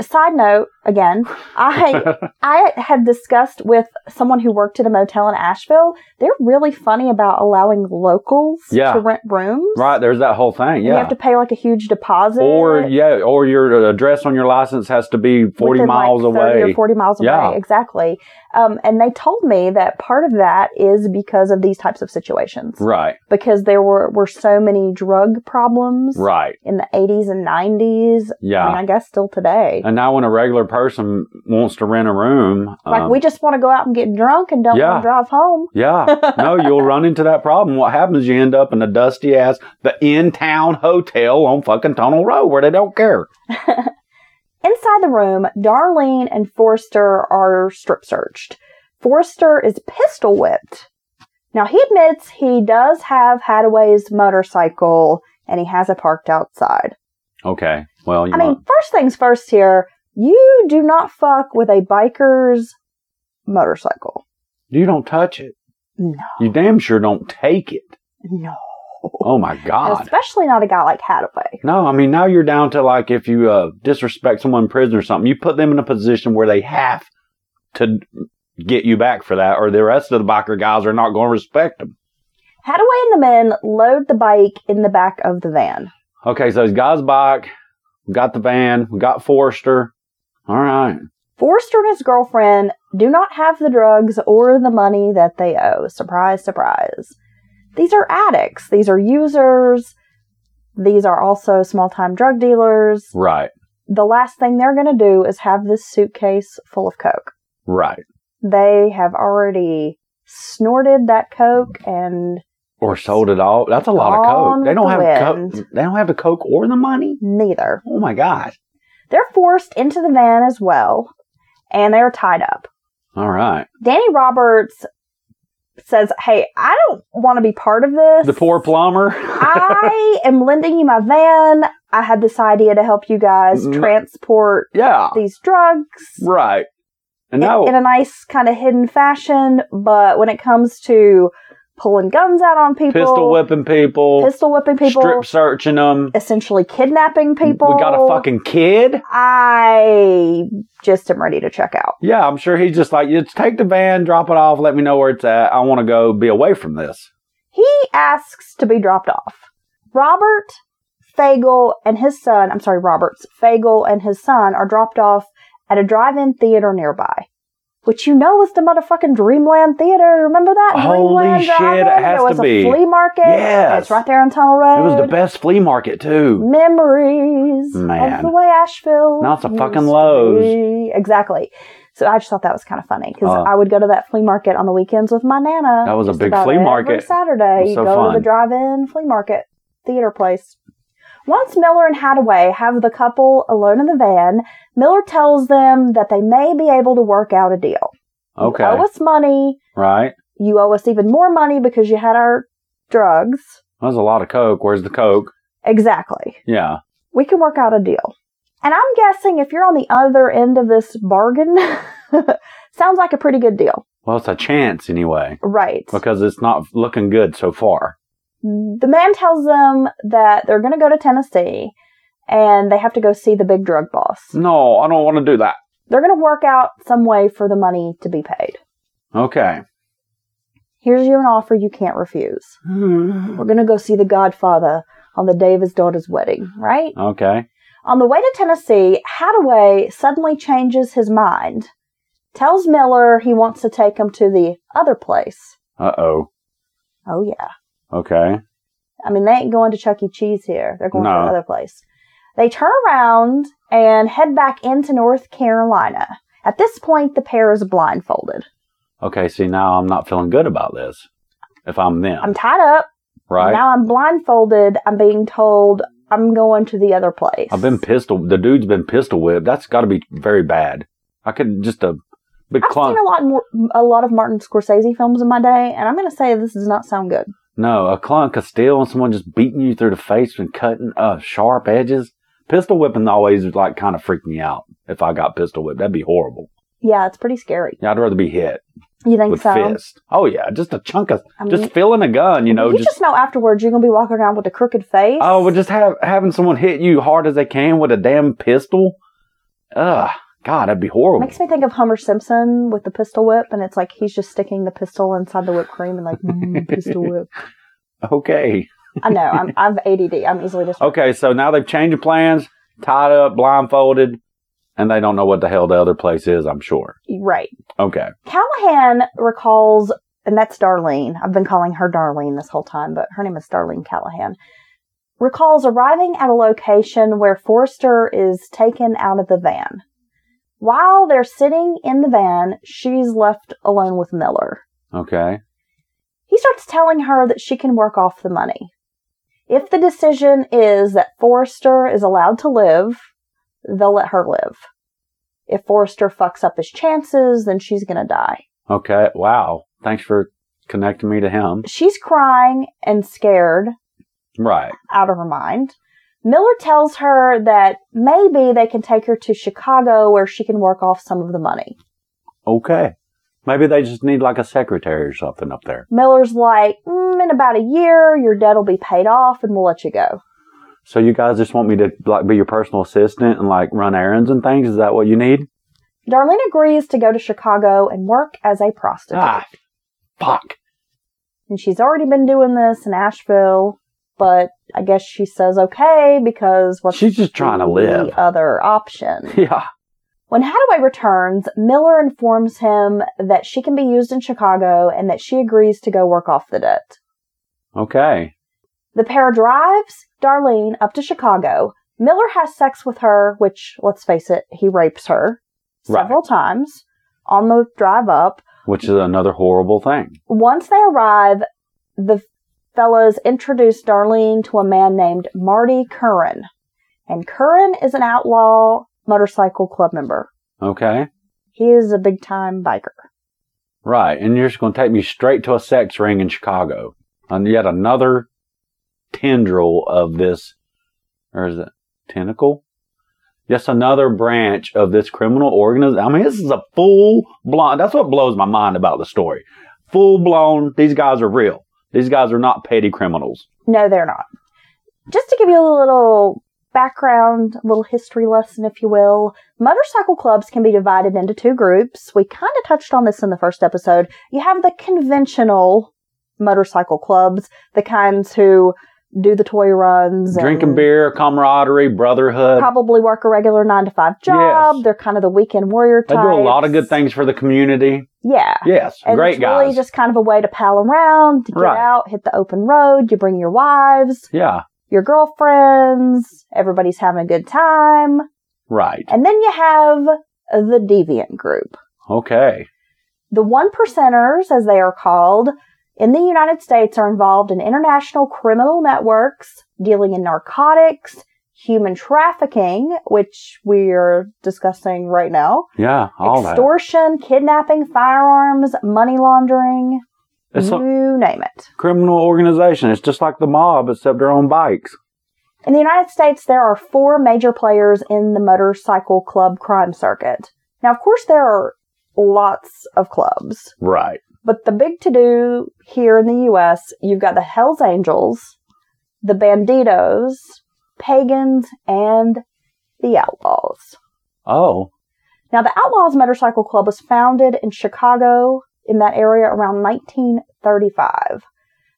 [SPEAKER 2] Side note, again, I I had discussed with someone who worked at a motel in Asheville. They're really funny about allowing locals
[SPEAKER 1] Yeah.
[SPEAKER 2] to rent rooms.
[SPEAKER 1] right? There's that whole thing.
[SPEAKER 2] And
[SPEAKER 1] Yeah.
[SPEAKER 2] you have to pay like a huge deposit.
[SPEAKER 1] Or yeah, or your address on your license has to be forty
[SPEAKER 2] within, like,
[SPEAKER 1] miles
[SPEAKER 2] 30
[SPEAKER 1] away.
[SPEAKER 2] or 40 miles away.
[SPEAKER 1] Yeah.
[SPEAKER 2] Exactly. Um, and they told me that part of that is because of these types of situations.
[SPEAKER 1] Right,
[SPEAKER 2] Because there were, were so many drug problems
[SPEAKER 1] right,
[SPEAKER 2] in the 80s and 90s, and
[SPEAKER 1] yeah.
[SPEAKER 2] I guess still today.
[SPEAKER 1] And now when a regular person wants to rent a room,
[SPEAKER 2] like,
[SPEAKER 1] um,
[SPEAKER 2] we just want to go out and get drunk and don't
[SPEAKER 1] Yeah.
[SPEAKER 2] want to drive home.
[SPEAKER 1] yeah, no, you'll run into that problem. What happens? You end up in a dusty ass the in town hotel on fucking Tunnel Road where they don't care.
[SPEAKER 2] Inside the room, Darlene and Forrester are strip searched. Forrester is pistol whipped. Now he admits he does have Hadaway's motorcycle and he has it parked outside.
[SPEAKER 1] Okay, well, you
[SPEAKER 2] I mean,
[SPEAKER 1] want,
[SPEAKER 2] first things first here, you do not fuck with a biker's motorcycle.
[SPEAKER 1] you don't touch it.
[SPEAKER 2] No.
[SPEAKER 1] You damn sure don't take it.
[SPEAKER 2] No.
[SPEAKER 1] Oh my god.
[SPEAKER 2] Especially not a guy like Hadaway.
[SPEAKER 1] No, I mean now you're down to like if you uh, disrespect someone in prison or something, you put them in a position where they have to get you back for that, or the rest of the biker guys are not going to respect them.
[SPEAKER 2] Hadaway and the men load the bike in the back of the van.
[SPEAKER 1] Okay, so these guys bike, we got the van, we got Forrester. All right,
[SPEAKER 2] Forrester and his girlfriend do not have the drugs or the money that they owe. Surprise, surprise. These are addicts. These are users. These are also small time drug dealers.
[SPEAKER 1] right,
[SPEAKER 2] The last thing they're going to do is have this suitcase full of coke.
[SPEAKER 1] right,
[SPEAKER 2] They have already snorted that coke and
[SPEAKER 1] or sold it all. That's a lot of
[SPEAKER 2] Gone
[SPEAKER 1] coke. They don't
[SPEAKER 2] with the
[SPEAKER 1] have
[SPEAKER 2] wind.
[SPEAKER 1] coke. They don't have the coke or the money.
[SPEAKER 2] neither.
[SPEAKER 1] Oh my god.
[SPEAKER 2] They're forced into the van as well, and they're tied up.
[SPEAKER 1] All right,
[SPEAKER 2] Danny Roberts says, Hey, I don't want to be part of this.
[SPEAKER 1] the poor plumber.
[SPEAKER 2] I am lending you my van. I had this idea to help you guys
[SPEAKER 1] Mm.
[SPEAKER 2] transport
[SPEAKER 1] yeah,
[SPEAKER 2] these drugs
[SPEAKER 1] right. And
[SPEAKER 2] in-
[SPEAKER 1] now,
[SPEAKER 2] in, a nice kind of hidden fashion. But when it comes to pulling guns out on people,
[SPEAKER 1] pistol whipping people.
[SPEAKER 2] pistol whipping people,
[SPEAKER 1] strip searching them.
[SPEAKER 2] essentially kidnapping people,
[SPEAKER 1] We got a fucking kid.
[SPEAKER 2] I just am ready to check out.
[SPEAKER 1] Yeah, I'm sure he's just like, just take the van, drop it off, let me know where it's at. I want to go be away from this.
[SPEAKER 2] He asks to be dropped off. Robert Fagel and his son, I'm sorry, Roberts Fagel and his son are dropped off at a drive-in theater nearby, which you know was the motherfucking Dreamland Theater. Remember that?
[SPEAKER 1] Holy
[SPEAKER 2] Dreamland
[SPEAKER 1] shit, it
[SPEAKER 2] drive-in?
[SPEAKER 1] has
[SPEAKER 2] there was
[SPEAKER 1] to
[SPEAKER 2] a
[SPEAKER 1] be.
[SPEAKER 2] flea market.
[SPEAKER 1] Yes.
[SPEAKER 2] it's right there on Tunnel Road.
[SPEAKER 1] It was the best flea market too.
[SPEAKER 2] Memories
[SPEAKER 1] Man.
[SPEAKER 2] of the way Asheville.
[SPEAKER 1] Now it's a
[SPEAKER 2] used
[SPEAKER 1] fucking
[SPEAKER 2] to
[SPEAKER 1] Lowe's.
[SPEAKER 2] be. Exactly. So I just thought that was kind of funny because
[SPEAKER 1] Uh.
[SPEAKER 2] I would go to that flea market on the weekends with my nana.
[SPEAKER 1] That was a
[SPEAKER 2] just
[SPEAKER 1] big
[SPEAKER 2] about
[SPEAKER 1] flea
[SPEAKER 2] every
[SPEAKER 1] market. It
[SPEAKER 2] Saturday,
[SPEAKER 1] was
[SPEAKER 2] you
[SPEAKER 1] so
[SPEAKER 2] go to
[SPEAKER 1] fun.
[SPEAKER 2] the drive-in flea market theater place. Once Miller and Hadaway have the couple alone in the van, Miller tells them that they may be able to work out a deal.
[SPEAKER 1] Okay,
[SPEAKER 2] You owe us money.
[SPEAKER 1] right.
[SPEAKER 2] You owe us even more money because you had our drugs.
[SPEAKER 1] That was a lot of coke. Where's the coke?
[SPEAKER 2] Exactly.
[SPEAKER 1] Yeah,
[SPEAKER 2] we can work out a deal. And I'm guessing if you're on the other end of this bargain, sounds like a pretty good deal.
[SPEAKER 1] well, it's a chance anyway
[SPEAKER 2] Right.
[SPEAKER 1] because it's not looking good so far.
[SPEAKER 2] The man tells them that they're going to go to Tennessee and they have to go see the big drug boss.
[SPEAKER 1] No, I don't want to do that.
[SPEAKER 2] They're going to work out some way for the money to be paid.
[SPEAKER 1] Okay.
[SPEAKER 2] Here's you an offer you can't refuse. We're going to go see the Godfather on the day of his daughter's wedding, right?
[SPEAKER 1] Okay.
[SPEAKER 2] On the way to Tennessee, Hadaway suddenly changes his mind tells Miller he wants to take him to the other place.
[SPEAKER 1] Uh oh.
[SPEAKER 2] Oh, yeah.
[SPEAKER 1] Okay.
[SPEAKER 2] I mean, they ain't going to Chuck E. Cheese here. They're going
[SPEAKER 1] No.
[SPEAKER 2] to another place. They turn around and head back into North Carolina. At this point, the pair is blindfolded.
[SPEAKER 1] Okay. See, now I'm not feeling good about this. If I'm them,
[SPEAKER 2] I'm tied up.
[SPEAKER 1] right?
[SPEAKER 2] Now I'm blindfolded. I'm being told I'm going to the other place.
[SPEAKER 1] I've been pistol. The dude's been pistol whipped. That's got to be very bad. I could just a big
[SPEAKER 2] I've
[SPEAKER 1] clump.
[SPEAKER 2] seen a lot more, a lot of Martin Scorsese films in my day, and I'm going to say this does not sound good.
[SPEAKER 1] No, a clunk of steel and someone just beating you through the face and cutting uh, sharp edges. Pistol whipping always like kind of freaked me out. If I got pistol whipped, that'd be horrible.
[SPEAKER 2] Yeah, it's pretty scary.
[SPEAKER 1] Yeah, I'd rather be hit
[SPEAKER 2] You think
[SPEAKER 1] with
[SPEAKER 2] so?
[SPEAKER 1] fist. Oh yeah, just a chunk of
[SPEAKER 2] I mean,
[SPEAKER 1] just feeling a gun. You know,
[SPEAKER 2] you
[SPEAKER 1] just,
[SPEAKER 2] just know afterwards you're going to be walking around with a crooked face.
[SPEAKER 1] oh, but just have having someone hit you hard as they can with a damn pistol. Ugh, God, that'd be horrible.
[SPEAKER 2] Makes me think of Homer Simpson with the pistol whip, and it's like he's just sticking the pistol inside the whipped cream and like mm, pistol whip.
[SPEAKER 1] okay.
[SPEAKER 2] I know I'm I'm ADD. I'm easily distracted.
[SPEAKER 1] Okay, so now they've changed the plans, tied up, blindfolded, and they don't know what the hell the other place is, I'm sure.
[SPEAKER 2] Right.
[SPEAKER 1] Okay.
[SPEAKER 2] Callahan recalls, and that's Darlene. I've been calling her Darlene this whole time, but her name is Darlene Callahan. Recalls arriving at a location where Forrester is taken out of the van. While they're sitting in the van, she's left alone with Miller.
[SPEAKER 1] Okay.
[SPEAKER 2] He starts telling her that she can work off the money. If the decision is that Forrester is allowed to live, they'll let her live. If Forrester fucks up his chances, then she's gonna die.
[SPEAKER 1] Okay. Wow. Thanks for connecting me to him.
[SPEAKER 2] She's crying and scared
[SPEAKER 1] Right.
[SPEAKER 2] out of her mind. Miller tells her that maybe they can take her to Chicago where she can work off some of the money.
[SPEAKER 1] Okay. Maybe they just need like a secretary or something up there.
[SPEAKER 2] Miller's like, mm, in about a year, your debt will be paid off and we'll let you go.
[SPEAKER 1] So you guys just want me to like be your personal assistant and like run errands and things? Is that what you need?
[SPEAKER 2] Darlene agrees to go to Chicago and work as a prostitute.
[SPEAKER 1] Ah, fuck.
[SPEAKER 2] and she's already been doing this in Asheville, but I guess she says okay because what's
[SPEAKER 1] She's just trying to
[SPEAKER 2] the
[SPEAKER 1] live.
[SPEAKER 2] other option?
[SPEAKER 1] Yeah.
[SPEAKER 2] When Hadaway returns, Miller informs him that she can be used in Chicago and that she agrees to go work off the debt.
[SPEAKER 1] Okay.
[SPEAKER 2] The pair drives Darlene up to Chicago. Miller has sex with her, which, let's face it, he rapes her
[SPEAKER 1] Right.
[SPEAKER 2] several times on the drive up.
[SPEAKER 1] Which is another horrible thing.
[SPEAKER 2] once they arrive, the fellows introduce Darlene to a man named Marty Curran. And Curran is an outlaw motorcycle club member.
[SPEAKER 1] Okay.
[SPEAKER 2] He is a big time biker.
[SPEAKER 1] Right. And you're just going to take me straight to a sex ring in Chicago. And yet another tendril of this, or is it tentacle? Yes, another branch of this criminal organism. I mean, this is a full blown, that's what blows my mind about the story. Full blown, these guys are real. These guys are not petty criminals.
[SPEAKER 2] No, they're not. Just to give you a little background, a little history lesson, if you will, motorcycle clubs can be divided into two groups. We kind of touched on this in the first episode. You have the conventional motorcycle clubs, the kinds who do the toy runs, and-
[SPEAKER 1] Drinking beer, camaraderie, brotherhood.
[SPEAKER 2] probably work a regular nine to five job.
[SPEAKER 1] Yes.
[SPEAKER 2] They're kind of the weekend warrior
[SPEAKER 1] They
[SPEAKER 2] type.
[SPEAKER 1] do a lot of good things for the community.
[SPEAKER 2] Yeah.
[SPEAKER 1] Yes,
[SPEAKER 2] And
[SPEAKER 1] great
[SPEAKER 2] it's really
[SPEAKER 1] guys.
[SPEAKER 2] just kind of a way to pal around, to get
[SPEAKER 1] Right.
[SPEAKER 2] out, hit the open road. You bring your wives,
[SPEAKER 1] yeah,
[SPEAKER 2] your girlfriends. Everybody's having a good time.
[SPEAKER 1] right.
[SPEAKER 2] And then you have the deviant group.
[SPEAKER 1] Okay.
[SPEAKER 2] The one percenters, as they are called, in the United States are involved in international criminal networks dealing in narcotics, human trafficking, which we are discussing right now,
[SPEAKER 1] Yeah, all that.
[SPEAKER 2] extortion, kidnapping, firearms, money laundering,
[SPEAKER 1] It's
[SPEAKER 2] you
[SPEAKER 1] so-
[SPEAKER 2] name it.
[SPEAKER 1] criminal organization. It's just like the mob, except they're on bikes.
[SPEAKER 2] In the United States, there are four major players in the motorcycle club crime circuit. Now, of course, there are lots of clubs,
[SPEAKER 1] Right.
[SPEAKER 2] but the big to do here in the US, you've got the Hells Angels, the Banditos, Pagans, and the Outlaws.
[SPEAKER 1] Oh,
[SPEAKER 2] Now, the Outlaws Motorcycle Club was founded in Chicago in that area around 1935.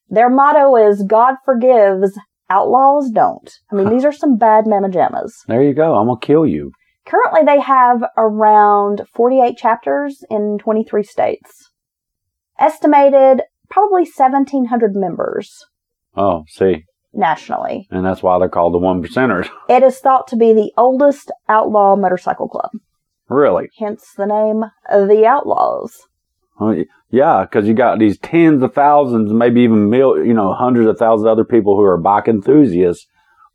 [SPEAKER 2] Their motto is God forgives, outlaws don't. I mean, these are some bad mamma jammas.
[SPEAKER 1] there you go. I'm gonna kill you.
[SPEAKER 2] Currently, they have around 48 chapters in 23 states. Estimated probably 1,700 members
[SPEAKER 1] Oh, see,
[SPEAKER 2] nationally.
[SPEAKER 1] and that's why they're called the one percenters.
[SPEAKER 2] It is thought to be the oldest outlaw motorcycle club,
[SPEAKER 1] Really?
[SPEAKER 2] hence the name The Outlaws.
[SPEAKER 1] Well, y- Yeah, because you got these tens of thousands, maybe even mil, you know, hundreds of thousands of other people who are bike enthusiasts,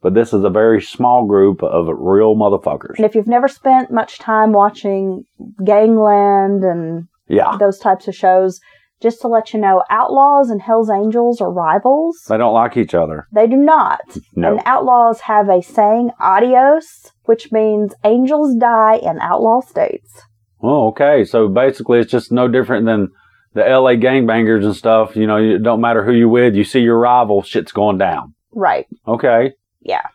[SPEAKER 1] but this is a very small group of real motherfuckers.
[SPEAKER 2] And if you've never spent much time watching Gangland and
[SPEAKER 1] Yeah,
[SPEAKER 2] those types of shows. Just to let you know, Outlaws and Hell's Angels are rivals.
[SPEAKER 1] they don't like each other.
[SPEAKER 2] They do not.
[SPEAKER 1] No,
[SPEAKER 2] And Outlaws have a saying, adios, which means angels die in outlaw states.
[SPEAKER 1] Oh, okay. So basically, it's just no different than the LA gangbangers and stuff. You know, it don't matter who you with, you see your rival, shit's going down.
[SPEAKER 2] Right.
[SPEAKER 1] Okay. Yeah.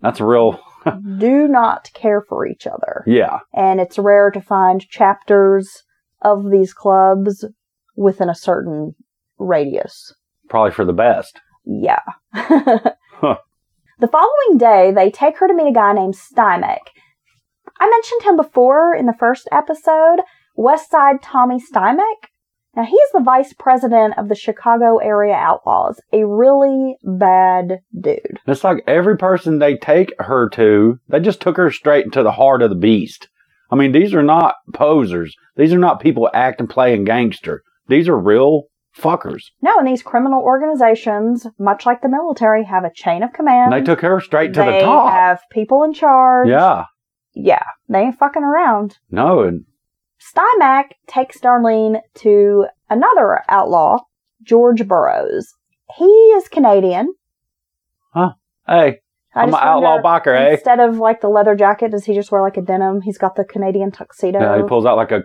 [SPEAKER 1] That's a real,
[SPEAKER 2] Just do not care for each other.
[SPEAKER 1] yeah.
[SPEAKER 2] And it's rare to find chapters of these clubs within a certain radius.
[SPEAKER 1] Probably for the best.
[SPEAKER 2] Yeah. The following day, they take her to meet a guy named Stymek. I mentioned him before in the first episode, West Side Tommy Stymek. Now, he's the vice president of the Chicago area Outlaws, a really bad dude.
[SPEAKER 1] It's like every person they take her to, they just took her straight into the heart of the beast. I mean, these are not posers. These are not people acting, playing gangster. These are real fuckers.
[SPEAKER 2] No, and these criminal organizations, much like the military, have a chain of command.
[SPEAKER 1] And they took her straight to the
[SPEAKER 2] They
[SPEAKER 1] top.
[SPEAKER 2] have people in charge.
[SPEAKER 1] Yeah.
[SPEAKER 2] Yeah, they ain't fucking around.
[SPEAKER 1] No, and
[SPEAKER 2] Stymac takes Darlene to another outlaw, George Burrows. He is Canadian.
[SPEAKER 1] hey,
[SPEAKER 2] I
[SPEAKER 1] I'm an
[SPEAKER 2] just
[SPEAKER 1] outlaw
[SPEAKER 2] wonder,
[SPEAKER 1] biker, eh?
[SPEAKER 2] Instead of like the leather jacket, does he just wear like a denim? He's got the Canadian tuxedo.
[SPEAKER 1] Yeah, he pulls out like a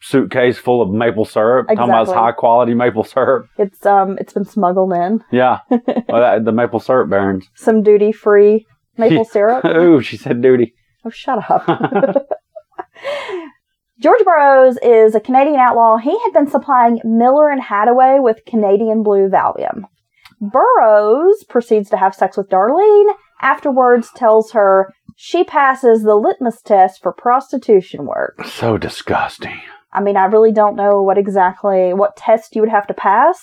[SPEAKER 1] suitcase full of maple syrup. Talking about it's
[SPEAKER 2] Exactly.
[SPEAKER 1] high quality maple syrup.
[SPEAKER 2] it's um, it's been smuggled in
[SPEAKER 1] Yeah. well, that, the maple syrup barons.
[SPEAKER 2] some duty free maple syrup.
[SPEAKER 1] Ooh, she said duty.
[SPEAKER 2] Oh, shut up. George Burrows is a Canadian outlaw. He had been supplying Miller and Hadaway with Canadian Blue Valium. Burrows proceeds to have sex with Darlene, afterwards tells her she passes the litmus test for prostitution work.
[SPEAKER 1] So disgusting.
[SPEAKER 2] I mean, I really don't know what exactly what test you would have to pass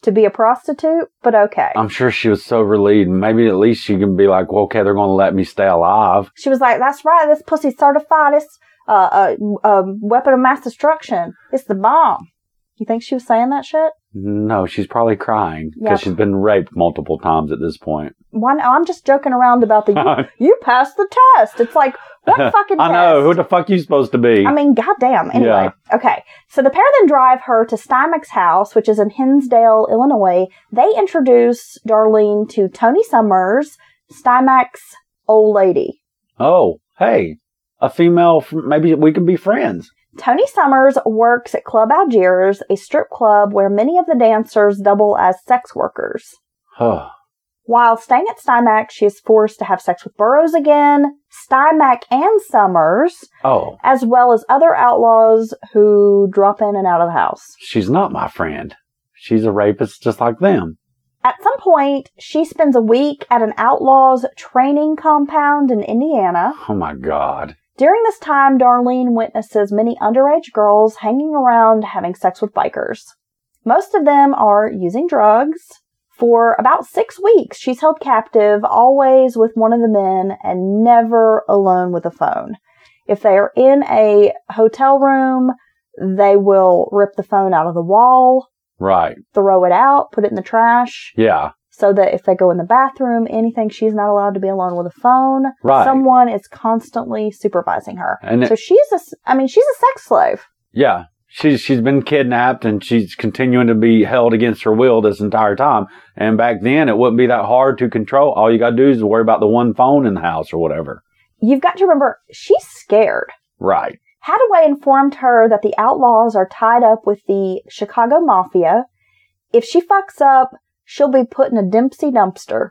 [SPEAKER 2] to be a prostitute, but okay.
[SPEAKER 1] I'm sure she was so relieved. Maybe at least she can be like, well, okay, they're going to let me stay alive.
[SPEAKER 2] She was like, "That's right, this pussy certified. It's a uh, uh, um, weapon of mass destruction. It's the bomb." You think she was saying that shit?
[SPEAKER 1] No, she's probably crying because
[SPEAKER 2] Yeah.
[SPEAKER 1] she's been raped multiple times at this point.
[SPEAKER 2] Why? no, I'm just joking around about the you,
[SPEAKER 1] I
[SPEAKER 2] you passed the test. It's like what fucking test?
[SPEAKER 1] know. Who the fuck you supposed to be?
[SPEAKER 2] I mean, goddamn. Anyway, okay. So the pair then drive her to Stymek's house, which is in Hinsdale, Illinois. They introduce Darlene to Tony Summers, Stymek's old lady.
[SPEAKER 1] oh, hey, a female. fr- Maybe we can be friends.
[SPEAKER 2] Tony Summers works at Club Algiers, a strip club where many of the dancers double as sex workers.
[SPEAKER 1] Oh,
[SPEAKER 2] While staying at Stymac, she is forced to have sex with Burroughs again, Stymac and Summers,
[SPEAKER 1] oh,
[SPEAKER 2] as well as other outlaws who drop in and out of the house.
[SPEAKER 1] she's not my friend. She's a rapist just like them.
[SPEAKER 2] At some point, she spends a week at an outlaws training compound in Indiana.
[SPEAKER 1] Oh my God.
[SPEAKER 2] During this time, Darlene witnesses many underage girls hanging around having sex with bikers. Most of them are using drugs. For about six weeks, she's held captive, always with one of the men and never alone with a phone. If they are in a hotel room, they will rip the phone out of the wall,
[SPEAKER 1] Right.
[SPEAKER 2] throw it out, put it in the trash,
[SPEAKER 1] Yeah.
[SPEAKER 2] so that if they go in the bathroom, anything, she's not allowed to be alone with a phone
[SPEAKER 1] Right.
[SPEAKER 2] someone is constantly supervising her.
[SPEAKER 1] and it-
[SPEAKER 2] So she's a, s- I mean, she's a sex slave.
[SPEAKER 1] yeah, she's she's been kidnapped and she's continuing to be held against her will this entire time. And back then, it wouldn't be that hard to control. All you gotta do is worry about the one phone in the house or whatever.
[SPEAKER 2] You've got to remember, she's scared.
[SPEAKER 1] Right.
[SPEAKER 2] Hadaway informed her that the outlaws are tied up with the Chicago Mafia. If she fucks up, she'll be put in a Dempsey dumpster.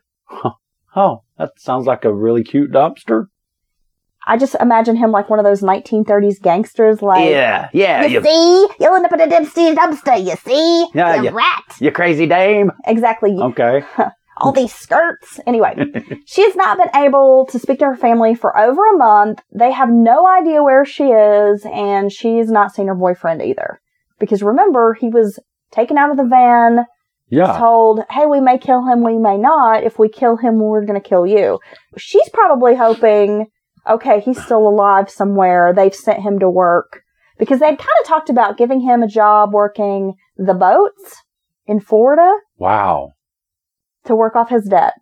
[SPEAKER 1] Oh, that sounds like a really cute dumpster.
[SPEAKER 2] I just imagine him like one of those 1930s gangsters, like,
[SPEAKER 1] yeah. Yeah.
[SPEAKER 2] you see, you'll end up in a Dempsey dumpster, you see?
[SPEAKER 1] Yeah, Oh,
[SPEAKER 2] you
[SPEAKER 1] yeah.
[SPEAKER 2] rat.
[SPEAKER 1] you crazy dame.
[SPEAKER 2] Exactly.
[SPEAKER 1] Okay.
[SPEAKER 2] all these skirts. Anyway, she has not been able to speak to her family for over a month. They have no idea where she is, and she's not seen her boyfriend either. Because remember, he was taken out of the van,
[SPEAKER 1] Yeah.
[SPEAKER 2] told, hey, we may kill him, we may not. If we kill him, we're going to kill you. She's probably hoping, okay, he's still alive somewhere. They've sent him to work. Because they'd kind of talked about giving him a job working the boats in Florida
[SPEAKER 1] Wow.
[SPEAKER 2] to work off his debt,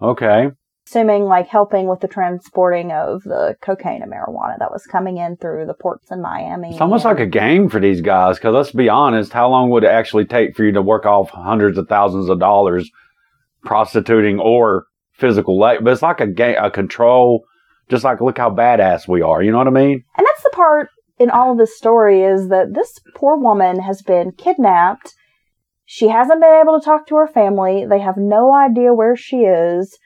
[SPEAKER 1] Okay.
[SPEAKER 2] assuming like helping with the transporting of the cocaine and marijuana that was coming in through the ports in Miami.
[SPEAKER 1] It's almost like a game for these guys. Because let's be honest, how long would it actually take for you to work off hundreds of thousands of dollars prostituting or physical labor? But it's like a game, a control. Just like look how badass we are. You know what I mean?
[SPEAKER 2] And that's the part in all of this story is that this poor woman has been kidnapped. She hasn't been able to talk to her family. They have no idea where she is.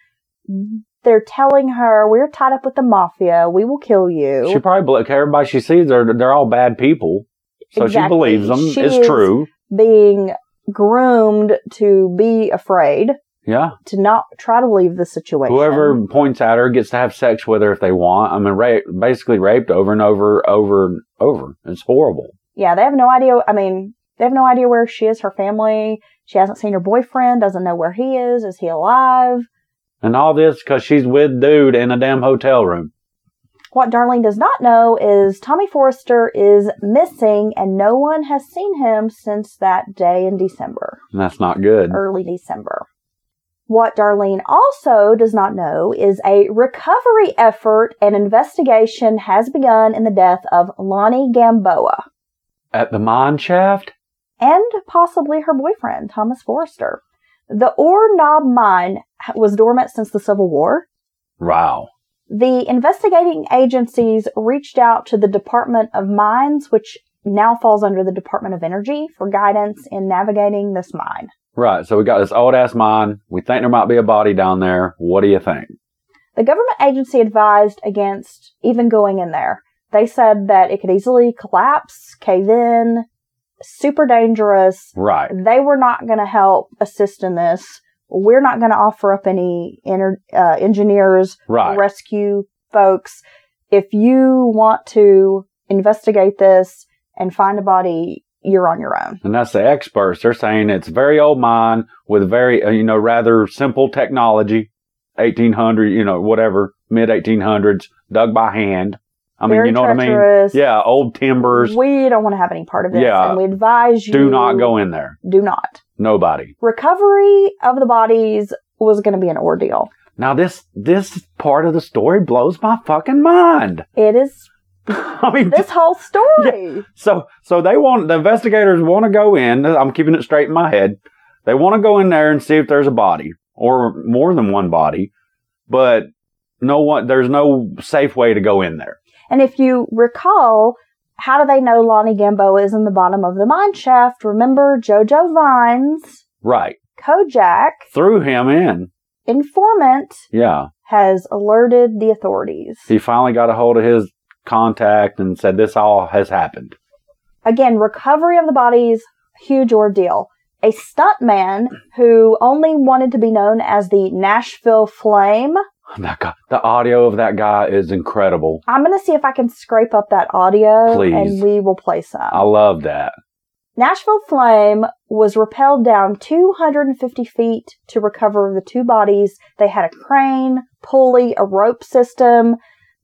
[SPEAKER 2] They're telling her, We're tied up with the mafia. We will kill you.
[SPEAKER 1] She probably believes everybody she sees. They're they're all bad people, so she
[SPEAKER 2] Exactly.
[SPEAKER 1] believes them.
[SPEAKER 2] She
[SPEAKER 1] it's
[SPEAKER 2] is-
[SPEAKER 1] true.
[SPEAKER 2] Being groomed to be afraid,
[SPEAKER 1] Yeah.
[SPEAKER 2] to not try to leave the situation.
[SPEAKER 1] Whoever points at her gets to have sex with her if they want. I mean, ra- basically raped over and over, over and over. It's horrible.
[SPEAKER 2] yeah, they have no idea. I mean, they have no idea where she is, her family. She hasn't seen her boyfriend, doesn't know where he is. Is he alive?
[SPEAKER 1] And all this because she's with dude in a damn hotel room.
[SPEAKER 2] What Darlene does not know is Tommy Forrester is missing and no one has seen him since that day in December,
[SPEAKER 1] And that's not good.
[SPEAKER 2] early December. What Darlene also does not know is a recovery effort and investigation has begun in the death of Lonnie Gamboa
[SPEAKER 1] At the mine shaft?
[SPEAKER 2] and possibly her boyfriend, Thomas Forrester. The Ore Knob Mine was dormant since the Civil War.
[SPEAKER 1] Wow.
[SPEAKER 2] The investigating agencies reached out to the Department of Mines, which now falls under the Department of Energy, for guidance in navigating this mine.
[SPEAKER 1] Right. So we got this old ass mine. We think there might be a body down there. What do you think?
[SPEAKER 2] The government agency advised against even going in there. They said that it could easily collapse, cave in, super dangerous.
[SPEAKER 1] Right.
[SPEAKER 2] They were not going to help assist in this. We're not going to offer up any ener- uh, engineers
[SPEAKER 1] Right.
[SPEAKER 2] rescue folks. If you want to investigate this and find a body, you're on your own.
[SPEAKER 1] And that's the experts. They're saying it's very old mine with very, uh, you know, rather simple technology. 1800, you know, whatever, mid 1800s, dug by hand. I mean,
[SPEAKER 2] Very
[SPEAKER 1] you know what I mean?
[SPEAKER 2] treacherous.
[SPEAKER 1] Yeah, old timbers.
[SPEAKER 2] We don't want to have any part of this,
[SPEAKER 1] Yeah.
[SPEAKER 2] and we advise you
[SPEAKER 1] Do not go in there.
[SPEAKER 2] Do not.
[SPEAKER 1] Nobody.
[SPEAKER 2] Recovery of the bodies was going to be an ordeal.
[SPEAKER 1] Now this this part of the story blows my fucking mind.
[SPEAKER 2] It is
[SPEAKER 1] I mean,
[SPEAKER 2] this whole story.
[SPEAKER 1] So, so they want the investigators want to go in. I'm keeping it straight in my head. They want to go in there and see if there's a body or more than one body, but no one. There's no safe way to go in there.
[SPEAKER 2] And if you recall, how do they know Lonnie Gamboa is in the bottom of the mine shaft? Remember JoJo Vines,
[SPEAKER 1] Right
[SPEAKER 2] Kojak,
[SPEAKER 1] threw him in.
[SPEAKER 2] informant
[SPEAKER 1] Yeah,
[SPEAKER 2] has alerted the authorities.
[SPEAKER 1] he finally got a hold of his contact and said this all has happened.
[SPEAKER 2] Again, recovery of the bodies, huge ordeal. A stuntman who only wanted to be known as the Nashville Flame.
[SPEAKER 1] That guy, the audio of that guy is incredible.
[SPEAKER 2] I'm going to see if I can scrape up that audio
[SPEAKER 1] Please.
[SPEAKER 2] and we will play some.
[SPEAKER 1] I love that.
[SPEAKER 2] Nashville Flame was rappelled down 250 feet to recover the two bodies. They had a crane, pulley, a rope system.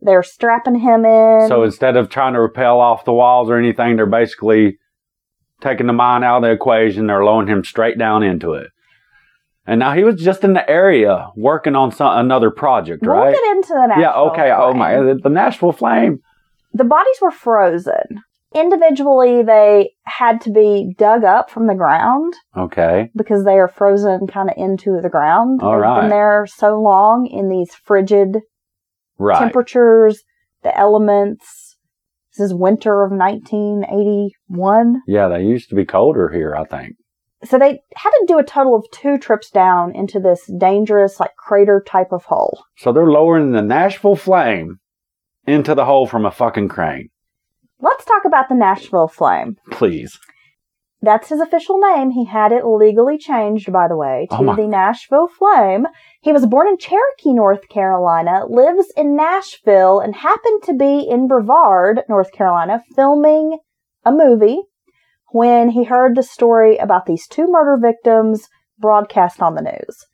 [SPEAKER 2] They're strapping him in.
[SPEAKER 1] So instead of trying to repel off the walls or anything, they're basically taking the mine out of the equation. They're lowering him straight down into it. And now he was just in the area working on some, another project,
[SPEAKER 2] we'll
[SPEAKER 1] right?
[SPEAKER 2] get into the Nashville
[SPEAKER 1] yeah. Okay. Oh
[SPEAKER 2] Flame.
[SPEAKER 1] my, the- the Nashville Flame.
[SPEAKER 2] the bodies were frozen. Individually, they had to be dug up from the ground
[SPEAKER 1] Okay.
[SPEAKER 2] because they are frozen kind of into the ground.
[SPEAKER 1] All
[SPEAKER 2] They've
[SPEAKER 1] right.
[SPEAKER 2] been there so long in these frigid
[SPEAKER 1] Right.
[SPEAKER 2] temperatures, the elements. This is winter of 1981.
[SPEAKER 1] yeah, they used to be colder here, I think.
[SPEAKER 2] So they had to do a total of two trips down into this dangerous, like crater type of hole.
[SPEAKER 1] So they're lowering the Nashville Flame into the hole from a fucking crane.
[SPEAKER 2] Let's talk about the Nashville Flame.
[SPEAKER 1] Please.
[SPEAKER 2] That's his official name. He had it legally changed, by the way, to
[SPEAKER 1] Oh my-
[SPEAKER 2] the Nashville Flame. He was born in Cherokee, North Carolina, lives in Nashville, and happened to be in Brevard, North Carolina, filming a movie when he heard the story about these two murder victims broadcast on the news.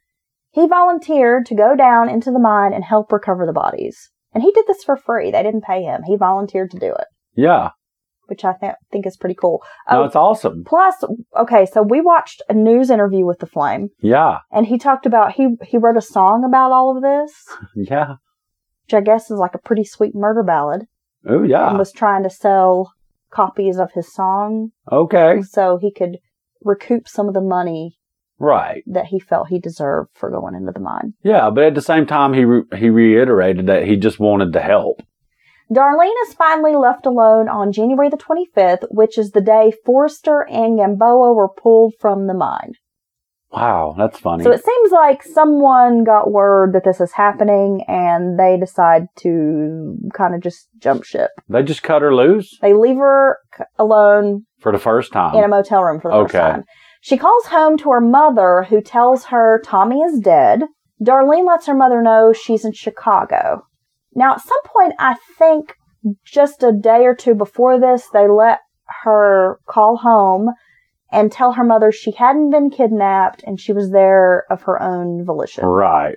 [SPEAKER 2] He volunteered to go down into the mine and help recover the bodies. And he did this for free. They didn't pay him. He volunteered to do it,
[SPEAKER 1] Yeah.
[SPEAKER 2] which I th- think is pretty cool.
[SPEAKER 1] No,
[SPEAKER 2] Oh.
[SPEAKER 1] it's awesome.
[SPEAKER 2] Plus, okay, so we watched a news interview with the Flame,
[SPEAKER 1] Yeah.
[SPEAKER 2] and he talked about he he wrote a song about all of this,
[SPEAKER 1] Yeah.
[SPEAKER 2] which I guess is like a pretty sweet murder ballad,
[SPEAKER 1] Oh,
[SPEAKER 2] and
[SPEAKER 1] yeah.
[SPEAKER 2] was trying to sell copies of his song
[SPEAKER 1] Okay.
[SPEAKER 2] so he could recoup some of the money
[SPEAKER 1] Right.
[SPEAKER 2] that he felt he deserved for going into the mine.
[SPEAKER 1] Yeah. But at the same time, he re- he reiterated that he just wanted to help.
[SPEAKER 2] Darlene is finally left alone on January the 25th, which is the day Forrester and Gamboa were pulled from the mine.
[SPEAKER 1] Wow. That's funny.
[SPEAKER 2] So it seems like someone got word that this is happening and they decide to kind of just jump ship.
[SPEAKER 1] they just cut her loose
[SPEAKER 2] They leave her c- alone
[SPEAKER 1] for the first time.
[SPEAKER 2] in a motel room for the first
[SPEAKER 1] Um, Okay.
[SPEAKER 2] time. She calls home to her mother, who tells her Tommy is dead. Darlene lets her mother know she's in Chicago. Now, at some point, I think just a day or two before this, they let her call home and tell her mother she hadn't been kidnapped and she was there of her own volition
[SPEAKER 1] right.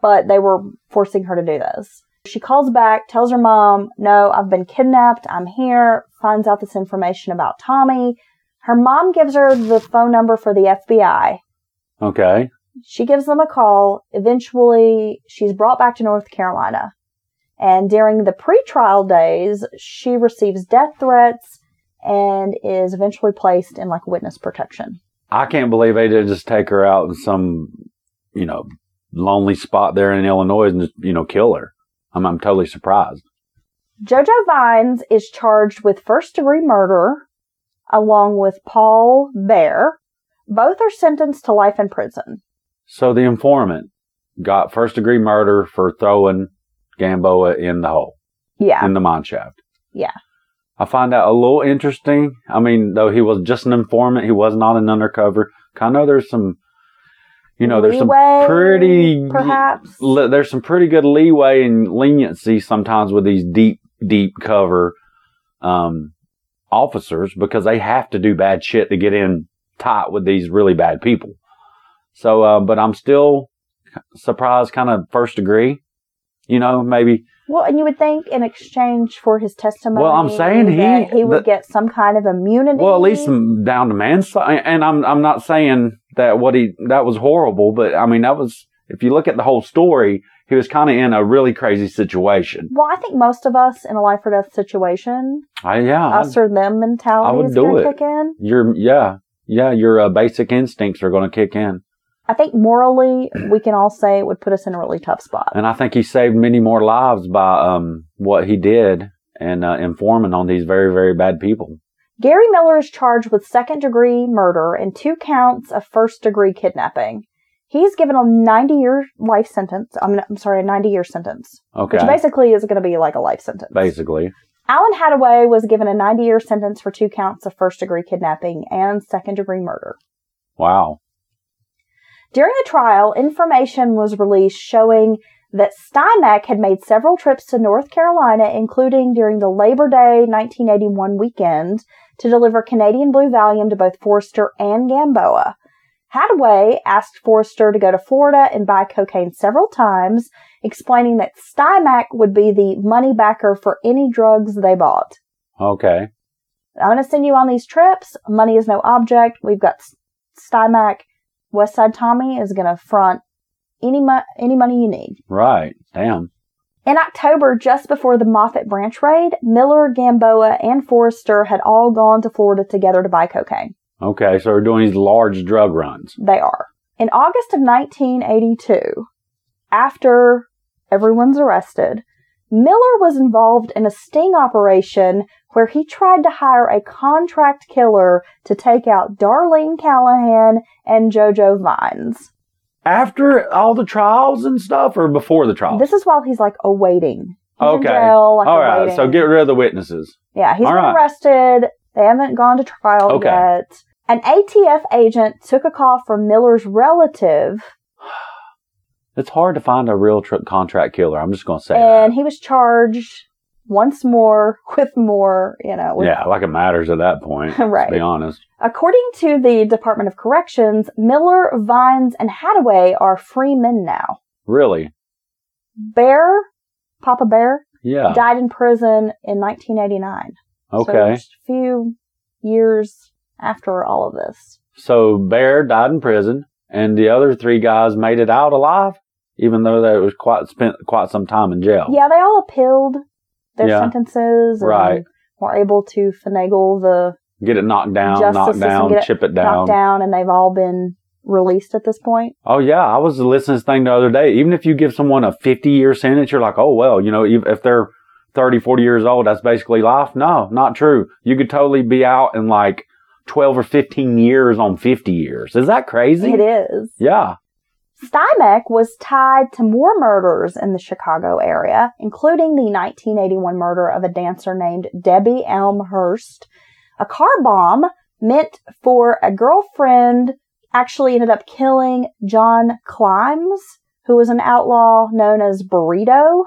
[SPEAKER 2] but they were forcing her to do this. She calls back, tells her mom, No, I've been kidnapped. I'm here. Finds out this information about Tommy. Her mom gives her the phone number for the FBI.
[SPEAKER 1] Okay.
[SPEAKER 2] She gives them a call. Eventually, she's brought back to North Carolina. And during the pretrial days, she receives death threats and is eventually placed in like witness protection.
[SPEAKER 1] I can't believe they did just take her out in some, you know, lonely spot there in Illinois and just, you know, kill her. I'm, I'm totally surprised.
[SPEAKER 2] Jojo Vines is charged with first degree murder along with Paul Bear. Both are sentenced to life in prison.
[SPEAKER 1] So the informant got first degree murder for throwing Gamboa in the hole,
[SPEAKER 2] Yeah.
[SPEAKER 1] in the mine shaft.
[SPEAKER 2] Yeah.
[SPEAKER 1] I find that a little interesting. I mean, though he was just an informant, he was not an undercover. I know there's some, you know, there's some
[SPEAKER 2] Leeway,
[SPEAKER 1] pretty
[SPEAKER 2] Perhaps.
[SPEAKER 1] le- there's some pretty good leeway and leniency sometimes with these deep deep cover um, officers because they have to do bad shit to get in tight with these really bad people. So, uh, but I'm still surprised, kind of first degree. You know, maybe
[SPEAKER 2] well, and you would think in exchange for his testimony,
[SPEAKER 1] Well, I'm saying he-
[SPEAKER 2] that he would
[SPEAKER 1] the-
[SPEAKER 2] get some kind of immunity.
[SPEAKER 1] well, at least some down to manslaughter. And I'm I'm not saying that what he that was horrible, but I mean that was if you look at the whole story, he was kind of in a really crazy situation.
[SPEAKER 2] Well, I think most of us in a life or death situation,
[SPEAKER 1] I, yeah, I-
[SPEAKER 2] us or them mentality
[SPEAKER 1] I would
[SPEAKER 2] is
[SPEAKER 1] do
[SPEAKER 2] going to
[SPEAKER 1] it.
[SPEAKER 2] kick in.
[SPEAKER 1] your yeah yeah your uh, basic instincts are going to kick in
[SPEAKER 2] I think morally, we can all say it would put us in a really tough spot.
[SPEAKER 1] and i think he saved many more lives by um what he did and uh, informing on these very very bad people
[SPEAKER 2] Gary Miller is charged with second degree murder and two counts of first degree kidnapping. He's given a 90 year life sentence. I'm, I'm sorry, a 90 year sentence,
[SPEAKER 1] okay
[SPEAKER 2] which basically is going to be like a life sentence.
[SPEAKER 1] basically
[SPEAKER 2] Alan Hadaway was given a 90 year sentence for two counts of first degree kidnapping and second degree murder.
[SPEAKER 1] wow
[SPEAKER 2] During the trial, information was released showing that Stymack had made several trips to North Carolina, including during the Labor Day 1981 weekend, to deliver Canadian Blue Valium to both Forrester and Gamboa. Hadaway asked Forrester to go to Florida and buy cocaine several times, explaining that Stymack would be the money backer for any drugs they bought.
[SPEAKER 1] okay
[SPEAKER 2] I'm going to send you on these trips. Money is no object. We've got S- Stymac. West Side Tommy is going to front any, mo- any money you need.
[SPEAKER 1] right damn
[SPEAKER 2] In October, just before the Moffat branch raid, Miller, Gamboa, and Forrester had all gone to Florida together to buy cocaine.
[SPEAKER 1] okay so we're doing these large drug runs
[SPEAKER 2] They are. In August of 1982, after everyone's arrested, Miller was involved in a sting operation where he tried to hire a contract killer to take out Darlene Callahan and JoJo Vines.
[SPEAKER 1] after all the trials and stuff or before the trials
[SPEAKER 2] This is while he's like awaiting. He's in
[SPEAKER 1] Oh. Okay.
[SPEAKER 2] jail, like,
[SPEAKER 1] all right
[SPEAKER 2] awaiting.
[SPEAKER 1] so get rid of the witnesses
[SPEAKER 2] Yeah, he's
[SPEAKER 1] All
[SPEAKER 2] been
[SPEAKER 1] right.
[SPEAKER 2] arrested. They haven't gone to trial
[SPEAKER 1] Okay.
[SPEAKER 2] yet. An ATF agent took a call from Miller's relative
[SPEAKER 1] It's hard to find a real tr- contract killer. I'm just going to say
[SPEAKER 2] and he was charged once more with more, you know,
[SPEAKER 1] that.
[SPEAKER 2] with
[SPEAKER 1] Yeah, like it matters at that point.
[SPEAKER 2] Right.
[SPEAKER 1] To be honest.
[SPEAKER 2] According to the Department of Corrections, Miller, Vines, and Hadaway are free men now.
[SPEAKER 1] Really?
[SPEAKER 2] Bear, Papa Bear,
[SPEAKER 1] Yeah.
[SPEAKER 2] died in prison in 1989. So
[SPEAKER 1] Okay.
[SPEAKER 2] just a few years after all of this.
[SPEAKER 1] So Bear died in prison, and the other three guys made it out alive, even though they was quite spent quite some time in jail.
[SPEAKER 2] Yeah, they all appealed their
[SPEAKER 1] Oh. Yeah.
[SPEAKER 2] sentences and
[SPEAKER 1] Right.
[SPEAKER 2] were able to finagle the
[SPEAKER 1] Get it knocked down,
[SPEAKER 2] Justice
[SPEAKER 1] knocked
[SPEAKER 2] system,
[SPEAKER 1] down,
[SPEAKER 2] get it
[SPEAKER 1] chip it down.
[SPEAKER 2] knockdown, and they've all been released at this point.
[SPEAKER 1] Oh yeah, I was listening to this thing the other day. Even if you give someone a 50 year sentence, you're like, oh well, you know, if if they're 30, 40 years old, that's basically life. No, not true. You could totally be out in like 12 or 15 years on 50 years. Is that crazy?
[SPEAKER 2] It is.
[SPEAKER 1] Yeah.
[SPEAKER 2] Stymek was tied to more murders in the Chicago area, including the 1981 murder of a dancer named Debbie Elmhurst. A car bomb meant for a girlfriend actually ended up killing John Climes, who was an outlaw known as Burrito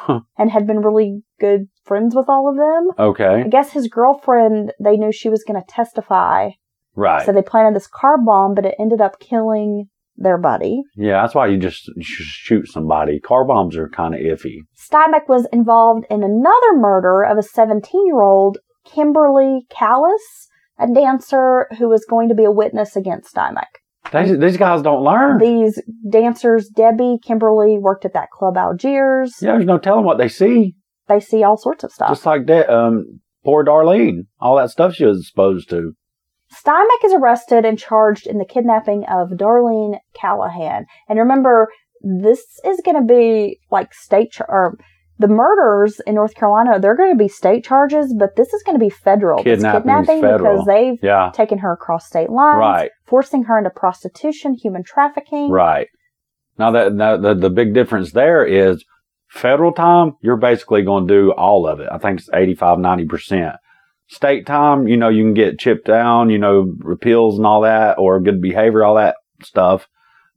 [SPEAKER 1] Huh.
[SPEAKER 2] and had been really good friends with all of them. I
[SPEAKER 1] Okay.
[SPEAKER 2] guess his girlfriend, they knew she was going to testify.
[SPEAKER 1] Right.
[SPEAKER 2] So they planted this car bomb, but it ended up killing their buddy.
[SPEAKER 1] yeah, that's why you just you should shoot somebody. Car bombs are kind of iffy.
[SPEAKER 2] Stymek was involved in another murder of a 17 year old, Kimberly Callis, a dancer who was going to be a witness against Stymek.
[SPEAKER 1] They, these guys don't learn.
[SPEAKER 2] These dancers, Debbie, Kimberly, worked at that club Algiers.
[SPEAKER 1] yeah, there's no telling what they see.
[SPEAKER 2] They see all sorts of stuff.
[SPEAKER 1] Just like that, um, poor Darlene, all that stuff she was exposed to.
[SPEAKER 2] Stymek is arrested and charged in the kidnapping of Darlene Callahan. And remember, this is going to be like state char- or the murders in North Carolina. They're going to be state charges, but this is going to be federal. This
[SPEAKER 1] Kidnapping's
[SPEAKER 2] kidnapping
[SPEAKER 1] federal.
[SPEAKER 2] because they've
[SPEAKER 1] Yeah.
[SPEAKER 2] taken her across state lines,
[SPEAKER 1] Right.
[SPEAKER 2] forcing her into prostitution, human trafficking.
[SPEAKER 1] Right. Now that now the, the big difference there is federal time, you're basically going to do all of it. I think it's 85, 90%. State time, you know, you can get chipped down, you know, repeals and all that, or good behavior, all that stuff.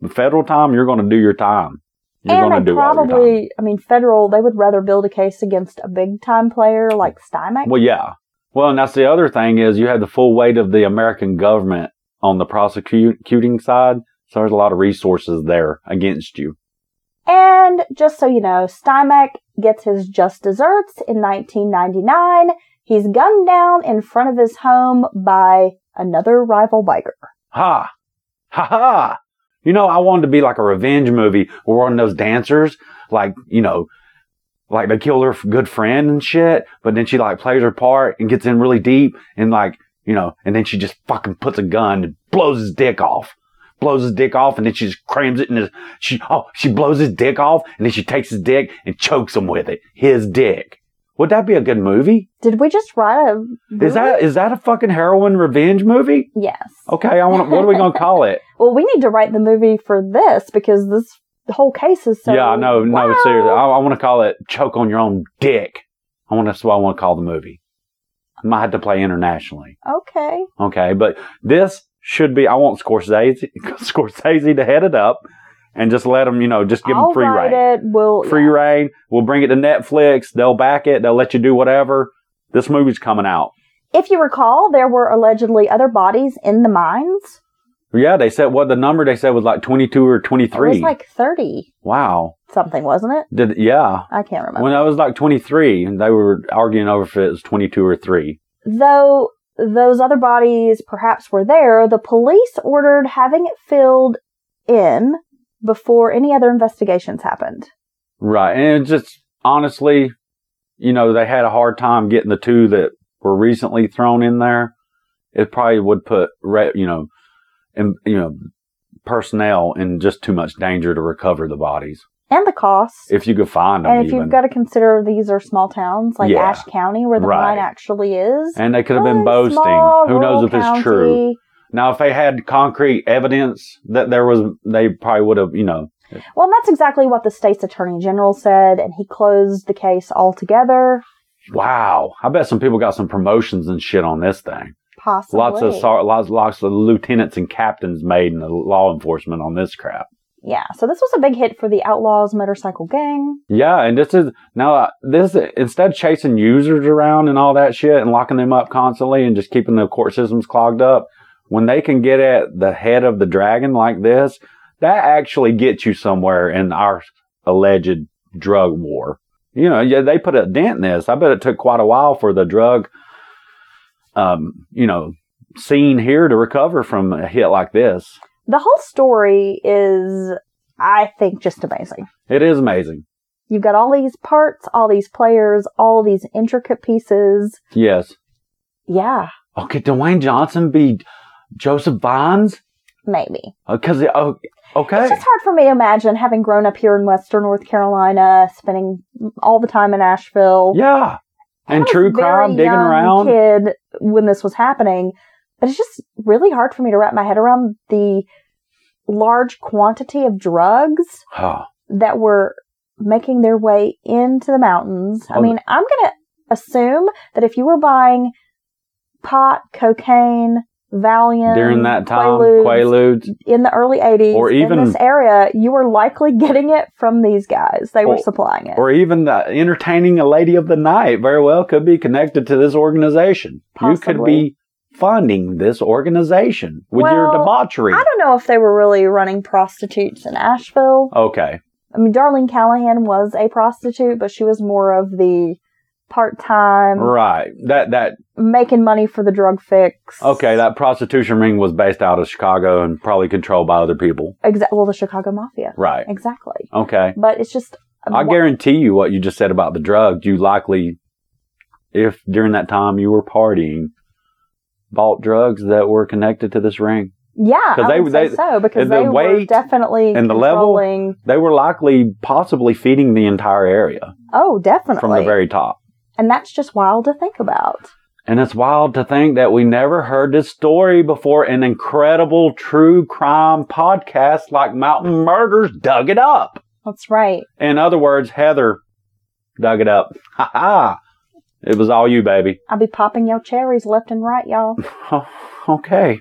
[SPEAKER 1] But federal time, you're going to do your time. You're
[SPEAKER 2] and
[SPEAKER 1] going
[SPEAKER 2] they
[SPEAKER 1] to do all your time.
[SPEAKER 2] probably, I mean, federal, they would rather build a case against a big time player like Stymek.
[SPEAKER 1] Well, yeah. Well, and that's the other thing is you have the full weight of the American government on the prosecuting side. So there's a lot of resources there against you.
[SPEAKER 2] And just so you know, Stymek gets his just desserts in 1999. He's gunned down in front of his home by another rival biker.
[SPEAKER 1] Ha! Ha ha! You know, I wanted to be like a revenge movie where one of those dancers, like, you know, like they kill her f- good friend and shit, but then she like plays her part and gets in really deep and like, you know, and then she just fucking puts a gun and blows his dick off. Blows his dick off and then she just crams it in his, she, oh, she blows his dick off and then she takes his dick and chokes him with it. His dick. Would that be a good movie?
[SPEAKER 2] Did we just write a?
[SPEAKER 1] Is that, is that a fucking heroin revenge movie?
[SPEAKER 2] Yes.
[SPEAKER 1] Okay, I want to, what are we going to call it?
[SPEAKER 2] Well, we need to write the movie for this because this the whole case is so.
[SPEAKER 1] yeah, no, no,
[SPEAKER 2] Wow.
[SPEAKER 1] seriously. I, I want to call it "Choke on Your Own Dick." I want that's what I want to call the movie. I might have to play internationally,
[SPEAKER 2] Okay.
[SPEAKER 1] okay? But this should be. I want Scorsese, Scorsese to head it up, and just let him, you know, just give him
[SPEAKER 2] I'll
[SPEAKER 1] free
[SPEAKER 2] write
[SPEAKER 1] reign.
[SPEAKER 2] it. We'll
[SPEAKER 1] Free reign. We'll bring it to Netflix. They'll back it. They'll let you do whatever. This movie's coming out.
[SPEAKER 2] If you recall, there were allegedly other bodies in the mines.
[SPEAKER 1] Yeah, they said what the number they said was like twenty two or twenty
[SPEAKER 2] It was
[SPEAKER 1] three.
[SPEAKER 2] like thirty
[SPEAKER 1] wow.
[SPEAKER 2] something, wasn't it?
[SPEAKER 1] Did yeah.
[SPEAKER 2] I can't remember.
[SPEAKER 1] When I was like twenty three, they were arguing over if it was twenty two or three.
[SPEAKER 2] Though those other bodies perhaps were there, the police ordered having it filled in before any other investigations happened.
[SPEAKER 1] Right. And it's just honestly, you know, they had a hard time getting the two that were recently thrown in there. It probably would put, re- you know, and you know, personnel in just too much danger to recover the bodies
[SPEAKER 2] And the costs.
[SPEAKER 1] if you could find them.
[SPEAKER 2] and if
[SPEAKER 1] even.
[SPEAKER 2] you've got to consider these are small towns like
[SPEAKER 1] Yeah.
[SPEAKER 2] Ashe County where the
[SPEAKER 1] Right.
[SPEAKER 2] mine actually is.
[SPEAKER 1] and they could have been
[SPEAKER 2] Really
[SPEAKER 1] boasting.
[SPEAKER 2] small,
[SPEAKER 1] Who knows
[SPEAKER 2] rural
[SPEAKER 1] if it's true?
[SPEAKER 2] county.
[SPEAKER 1] Now, if they had concrete evidence that there was, they probably would have, you know,
[SPEAKER 2] Well, and that's exactly what the state's attorney general said, and he closed the case altogether.
[SPEAKER 1] wow. I bet some people got some promotions and shit on this thing.
[SPEAKER 2] Possibly.
[SPEAKER 1] Lots of sar- lots, lots of lieutenants and captains made in the law enforcement on this crap.
[SPEAKER 2] Yeah, so this was a big hit for the Outlaws Motorcycle Gang.
[SPEAKER 1] Yeah, and this is now uh, this instead of chasing users around and all that shit and locking them up constantly and just keeping the court systems clogged up. When they can get at the head of the dragon like this, that actually gets you somewhere in our alleged drug war. You know, yeah, they put a dent in this. I bet it took quite a while for the drug, um, you know, scene here to recover from a hit like this.
[SPEAKER 2] The whole story is, I think, just amazing.
[SPEAKER 1] It is amazing.
[SPEAKER 2] You've got all these parts, all these players, all these intricate pieces.
[SPEAKER 1] Yes.
[SPEAKER 2] Yeah,
[SPEAKER 1] Oh, could Dwayne Johnson be Joseph Vines?
[SPEAKER 2] maybe.
[SPEAKER 1] Because oh, okay,
[SPEAKER 2] It's just hard for me to imagine having grown up here in Western North Carolina, spending all the time in Asheville.
[SPEAKER 1] yeah,
[SPEAKER 2] I
[SPEAKER 1] and
[SPEAKER 2] was
[SPEAKER 1] true
[SPEAKER 2] very
[SPEAKER 1] crime, digging
[SPEAKER 2] young
[SPEAKER 1] around.
[SPEAKER 2] Kid, when this was happening, but it's just really hard for me to wrap my head around the large quantity of drugs
[SPEAKER 1] Oh,
[SPEAKER 2] that were making their way into the mountains. I
[SPEAKER 1] Oh.
[SPEAKER 2] mean, I'm going to assume that if you were buying pot, cocaine, Valium
[SPEAKER 1] during that time,
[SPEAKER 2] Quaaludes,
[SPEAKER 1] Quaaludes,
[SPEAKER 2] in the early 80s
[SPEAKER 1] Or even-
[SPEAKER 2] in this area, you were likely getting it from these guys. They
[SPEAKER 1] Or-
[SPEAKER 2] were supplying it.
[SPEAKER 1] or even the entertaining a lady of the night, very well could be connected to this organization. You could be
[SPEAKER 2] Possibly.
[SPEAKER 1] funding this organization with your
[SPEAKER 2] Well,
[SPEAKER 1] debauchery.
[SPEAKER 2] I don't know if they were really running prostitutes in Asheville.
[SPEAKER 1] Okay,
[SPEAKER 2] I mean, Darlene Callahan was a prostitute, but she was more of the part time,
[SPEAKER 1] right. That that
[SPEAKER 2] making money for the drug fix.
[SPEAKER 1] okay. That prostitution ring was based out of Chicago and probably controlled by other people.
[SPEAKER 2] Exa- well, the Chicago Mafia.
[SPEAKER 1] Right.
[SPEAKER 2] Exactly.
[SPEAKER 1] Okay.
[SPEAKER 2] But it's just.
[SPEAKER 1] I guarantee you what you just said about the drug, you likely, if during that time you were partying, bought drugs that were connected to this ring.
[SPEAKER 2] Yeah,
[SPEAKER 1] 'cause
[SPEAKER 2] I
[SPEAKER 1] they-
[SPEAKER 2] would say
[SPEAKER 1] they-
[SPEAKER 2] so because
[SPEAKER 1] and the
[SPEAKER 2] they were
[SPEAKER 1] weight
[SPEAKER 2] definitely
[SPEAKER 1] and the level-
[SPEAKER 2] controlling.
[SPEAKER 1] They were likely possibly feeding the entire area
[SPEAKER 2] Oh, definitely.
[SPEAKER 1] from the very top.
[SPEAKER 2] and that's just wild to think about.
[SPEAKER 1] And it's wild to think that we never heard this story before an incredible true crime podcast like Mountain Murders dug it up.
[SPEAKER 2] That's right.
[SPEAKER 1] In other words, Heather dug it up. Ha ha. It was all you, baby.
[SPEAKER 2] I'll be popping your cherries left and right, y'all.
[SPEAKER 1] Oh, okay.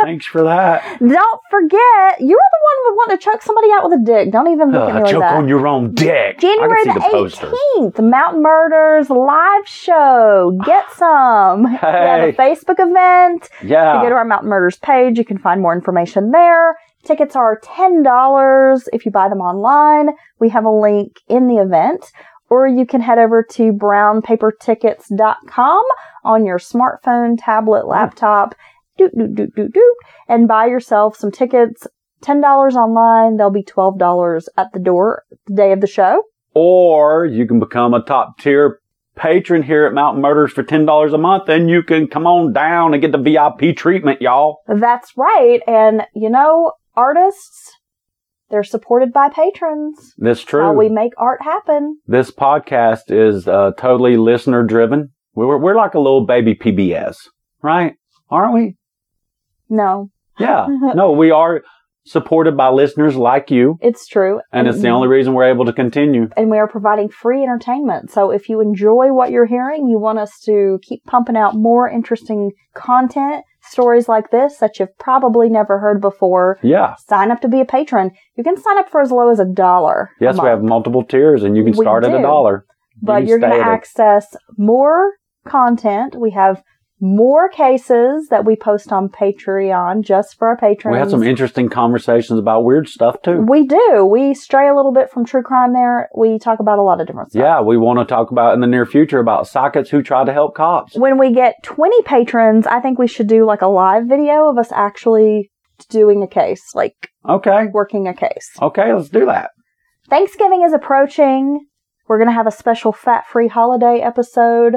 [SPEAKER 1] Thanks for that.
[SPEAKER 2] Don't forget, you were the one who wanted to choke somebody out with a dick. Don't even look
[SPEAKER 1] Ugh,
[SPEAKER 2] at me like
[SPEAKER 1] Uh, choke
[SPEAKER 2] that.
[SPEAKER 1] on your own dick.
[SPEAKER 2] January
[SPEAKER 1] I can see
[SPEAKER 2] the
[SPEAKER 1] the poster.
[SPEAKER 2] eighteenth, Mountain Murders live show. Get some.
[SPEAKER 1] Hey.
[SPEAKER 2] We have a Facebook event. If you go
[SPEAKER 1] Yeah.
[SPEAKER 2] to our Mountain Murders page, you can find more information there. Tickets are ten dollars if you buy them online. We have a link in the event, or you can head over to brownpapertickets.com on your smartphone,
[SPEAKER 1] Mm.
[SPEAKER 2] tablet, laptop, doot doot doot doot doot, and buy yourself some tickets. Ten dollars online. They'll be twelve dollars at the door the day of the show.
[SPEAKER 1] Or you can become a top tier patron here at Mountain Murders for ten dollars a month, and you can come on down and get the VIP treatment, y'all.
[SPEAKER 2] That's right. And you know, artists, they're supported by patrons.
[SPEAKER 1] That's
[SPEAKER 2] That's How
[SPEAKER 1] true.
[SPEAKER 2] we make art happen.
[SPEAKER 1] this podcast is uh, totally listener driven. We're we're like a little baby PBS, right? Aren't we?
[SPEAKER 2] No,
[SPEAKER 1] Yeah. no, we are supported by listeners like you,
[SPEAKER 2] it's true.
[SPEAKER 1] and it's the
[SPEAKER 2] Mm-hmm.
[SPEAKER 1] only reason we're able to continue.
[SPEAKER 2] And we are providing free entertainment. So if you enjoy what you're hearing, you want us to keep pumping out more interesting content, stories like this that you've probably never heard before.
[SPEAKER 1] Yeah.
[SPEAKER 2] Sign up to be a patron. You can sign up for as low as a dollar. a
[SPEAKER 1] Yes, we
[SPEAKER 2] month.
[SPEAKER 1] have multiple tiers, and you can
[SPEAKER 2] We
[SPEAKER 1] start at a
[SPEAKER 2] do.
[SPEAKER 1] dollar.
[SPEAKER 2] but
[SPEAKER 1] You
[SPEAKER 2] you're going
[SPEAKER 1] stay
[SPEAKER 2] to
[SPEAKER 1] at a-
[SPEAKER 2] access more content. We have more cases that we post on Patreon just for our patrons.
[SPEAKER 1] We had some interesting conversations about weird stuff too.
[SPEAKER 2] We do. We stray a little bit from true crime there. We talk about a lot of different stuff.
[SPEAKER 1] Yeah, we want to talk about in the near future about sockets who try to help cops.
[SPEAKER 2] When we get 20 patrons, I think we should do like a live video of us actually doing a case, like
[SPEAKER 1] Okay.
[SPEAKER 2] working a case.
[SPEAKER 1] Okay, let's do that.
[SPEAKER 2] Thanksgiving is approaching. We're going to have a special fat free holiday episode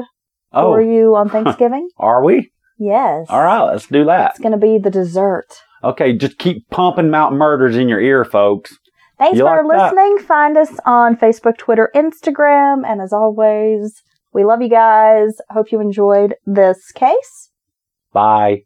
[SPEAKER 1] Oh,
[SPEAKER 2] for you on Thanksgiving.
[SPEAKER 1] are we?
[SPEAKER 2] yes.
[SPEAKER 1] All right, let's do that.
[SPEAKER 2] It's going to be the dessert.
[SPEAKER 1] Okay, just keep pumping Mountain Murders in your ear, folks.
[SPEAKER 2] Thanks
[SPEAKER 1] You
[SPEAKER 2] for
[SPEAKER 1] like that?
[SPEAKER 2] listening. Find us on Facebook, Twitter, Instagram, and as always, we love you guys. Hope you enjoyed this case.
[SPEAKER 1] Bye.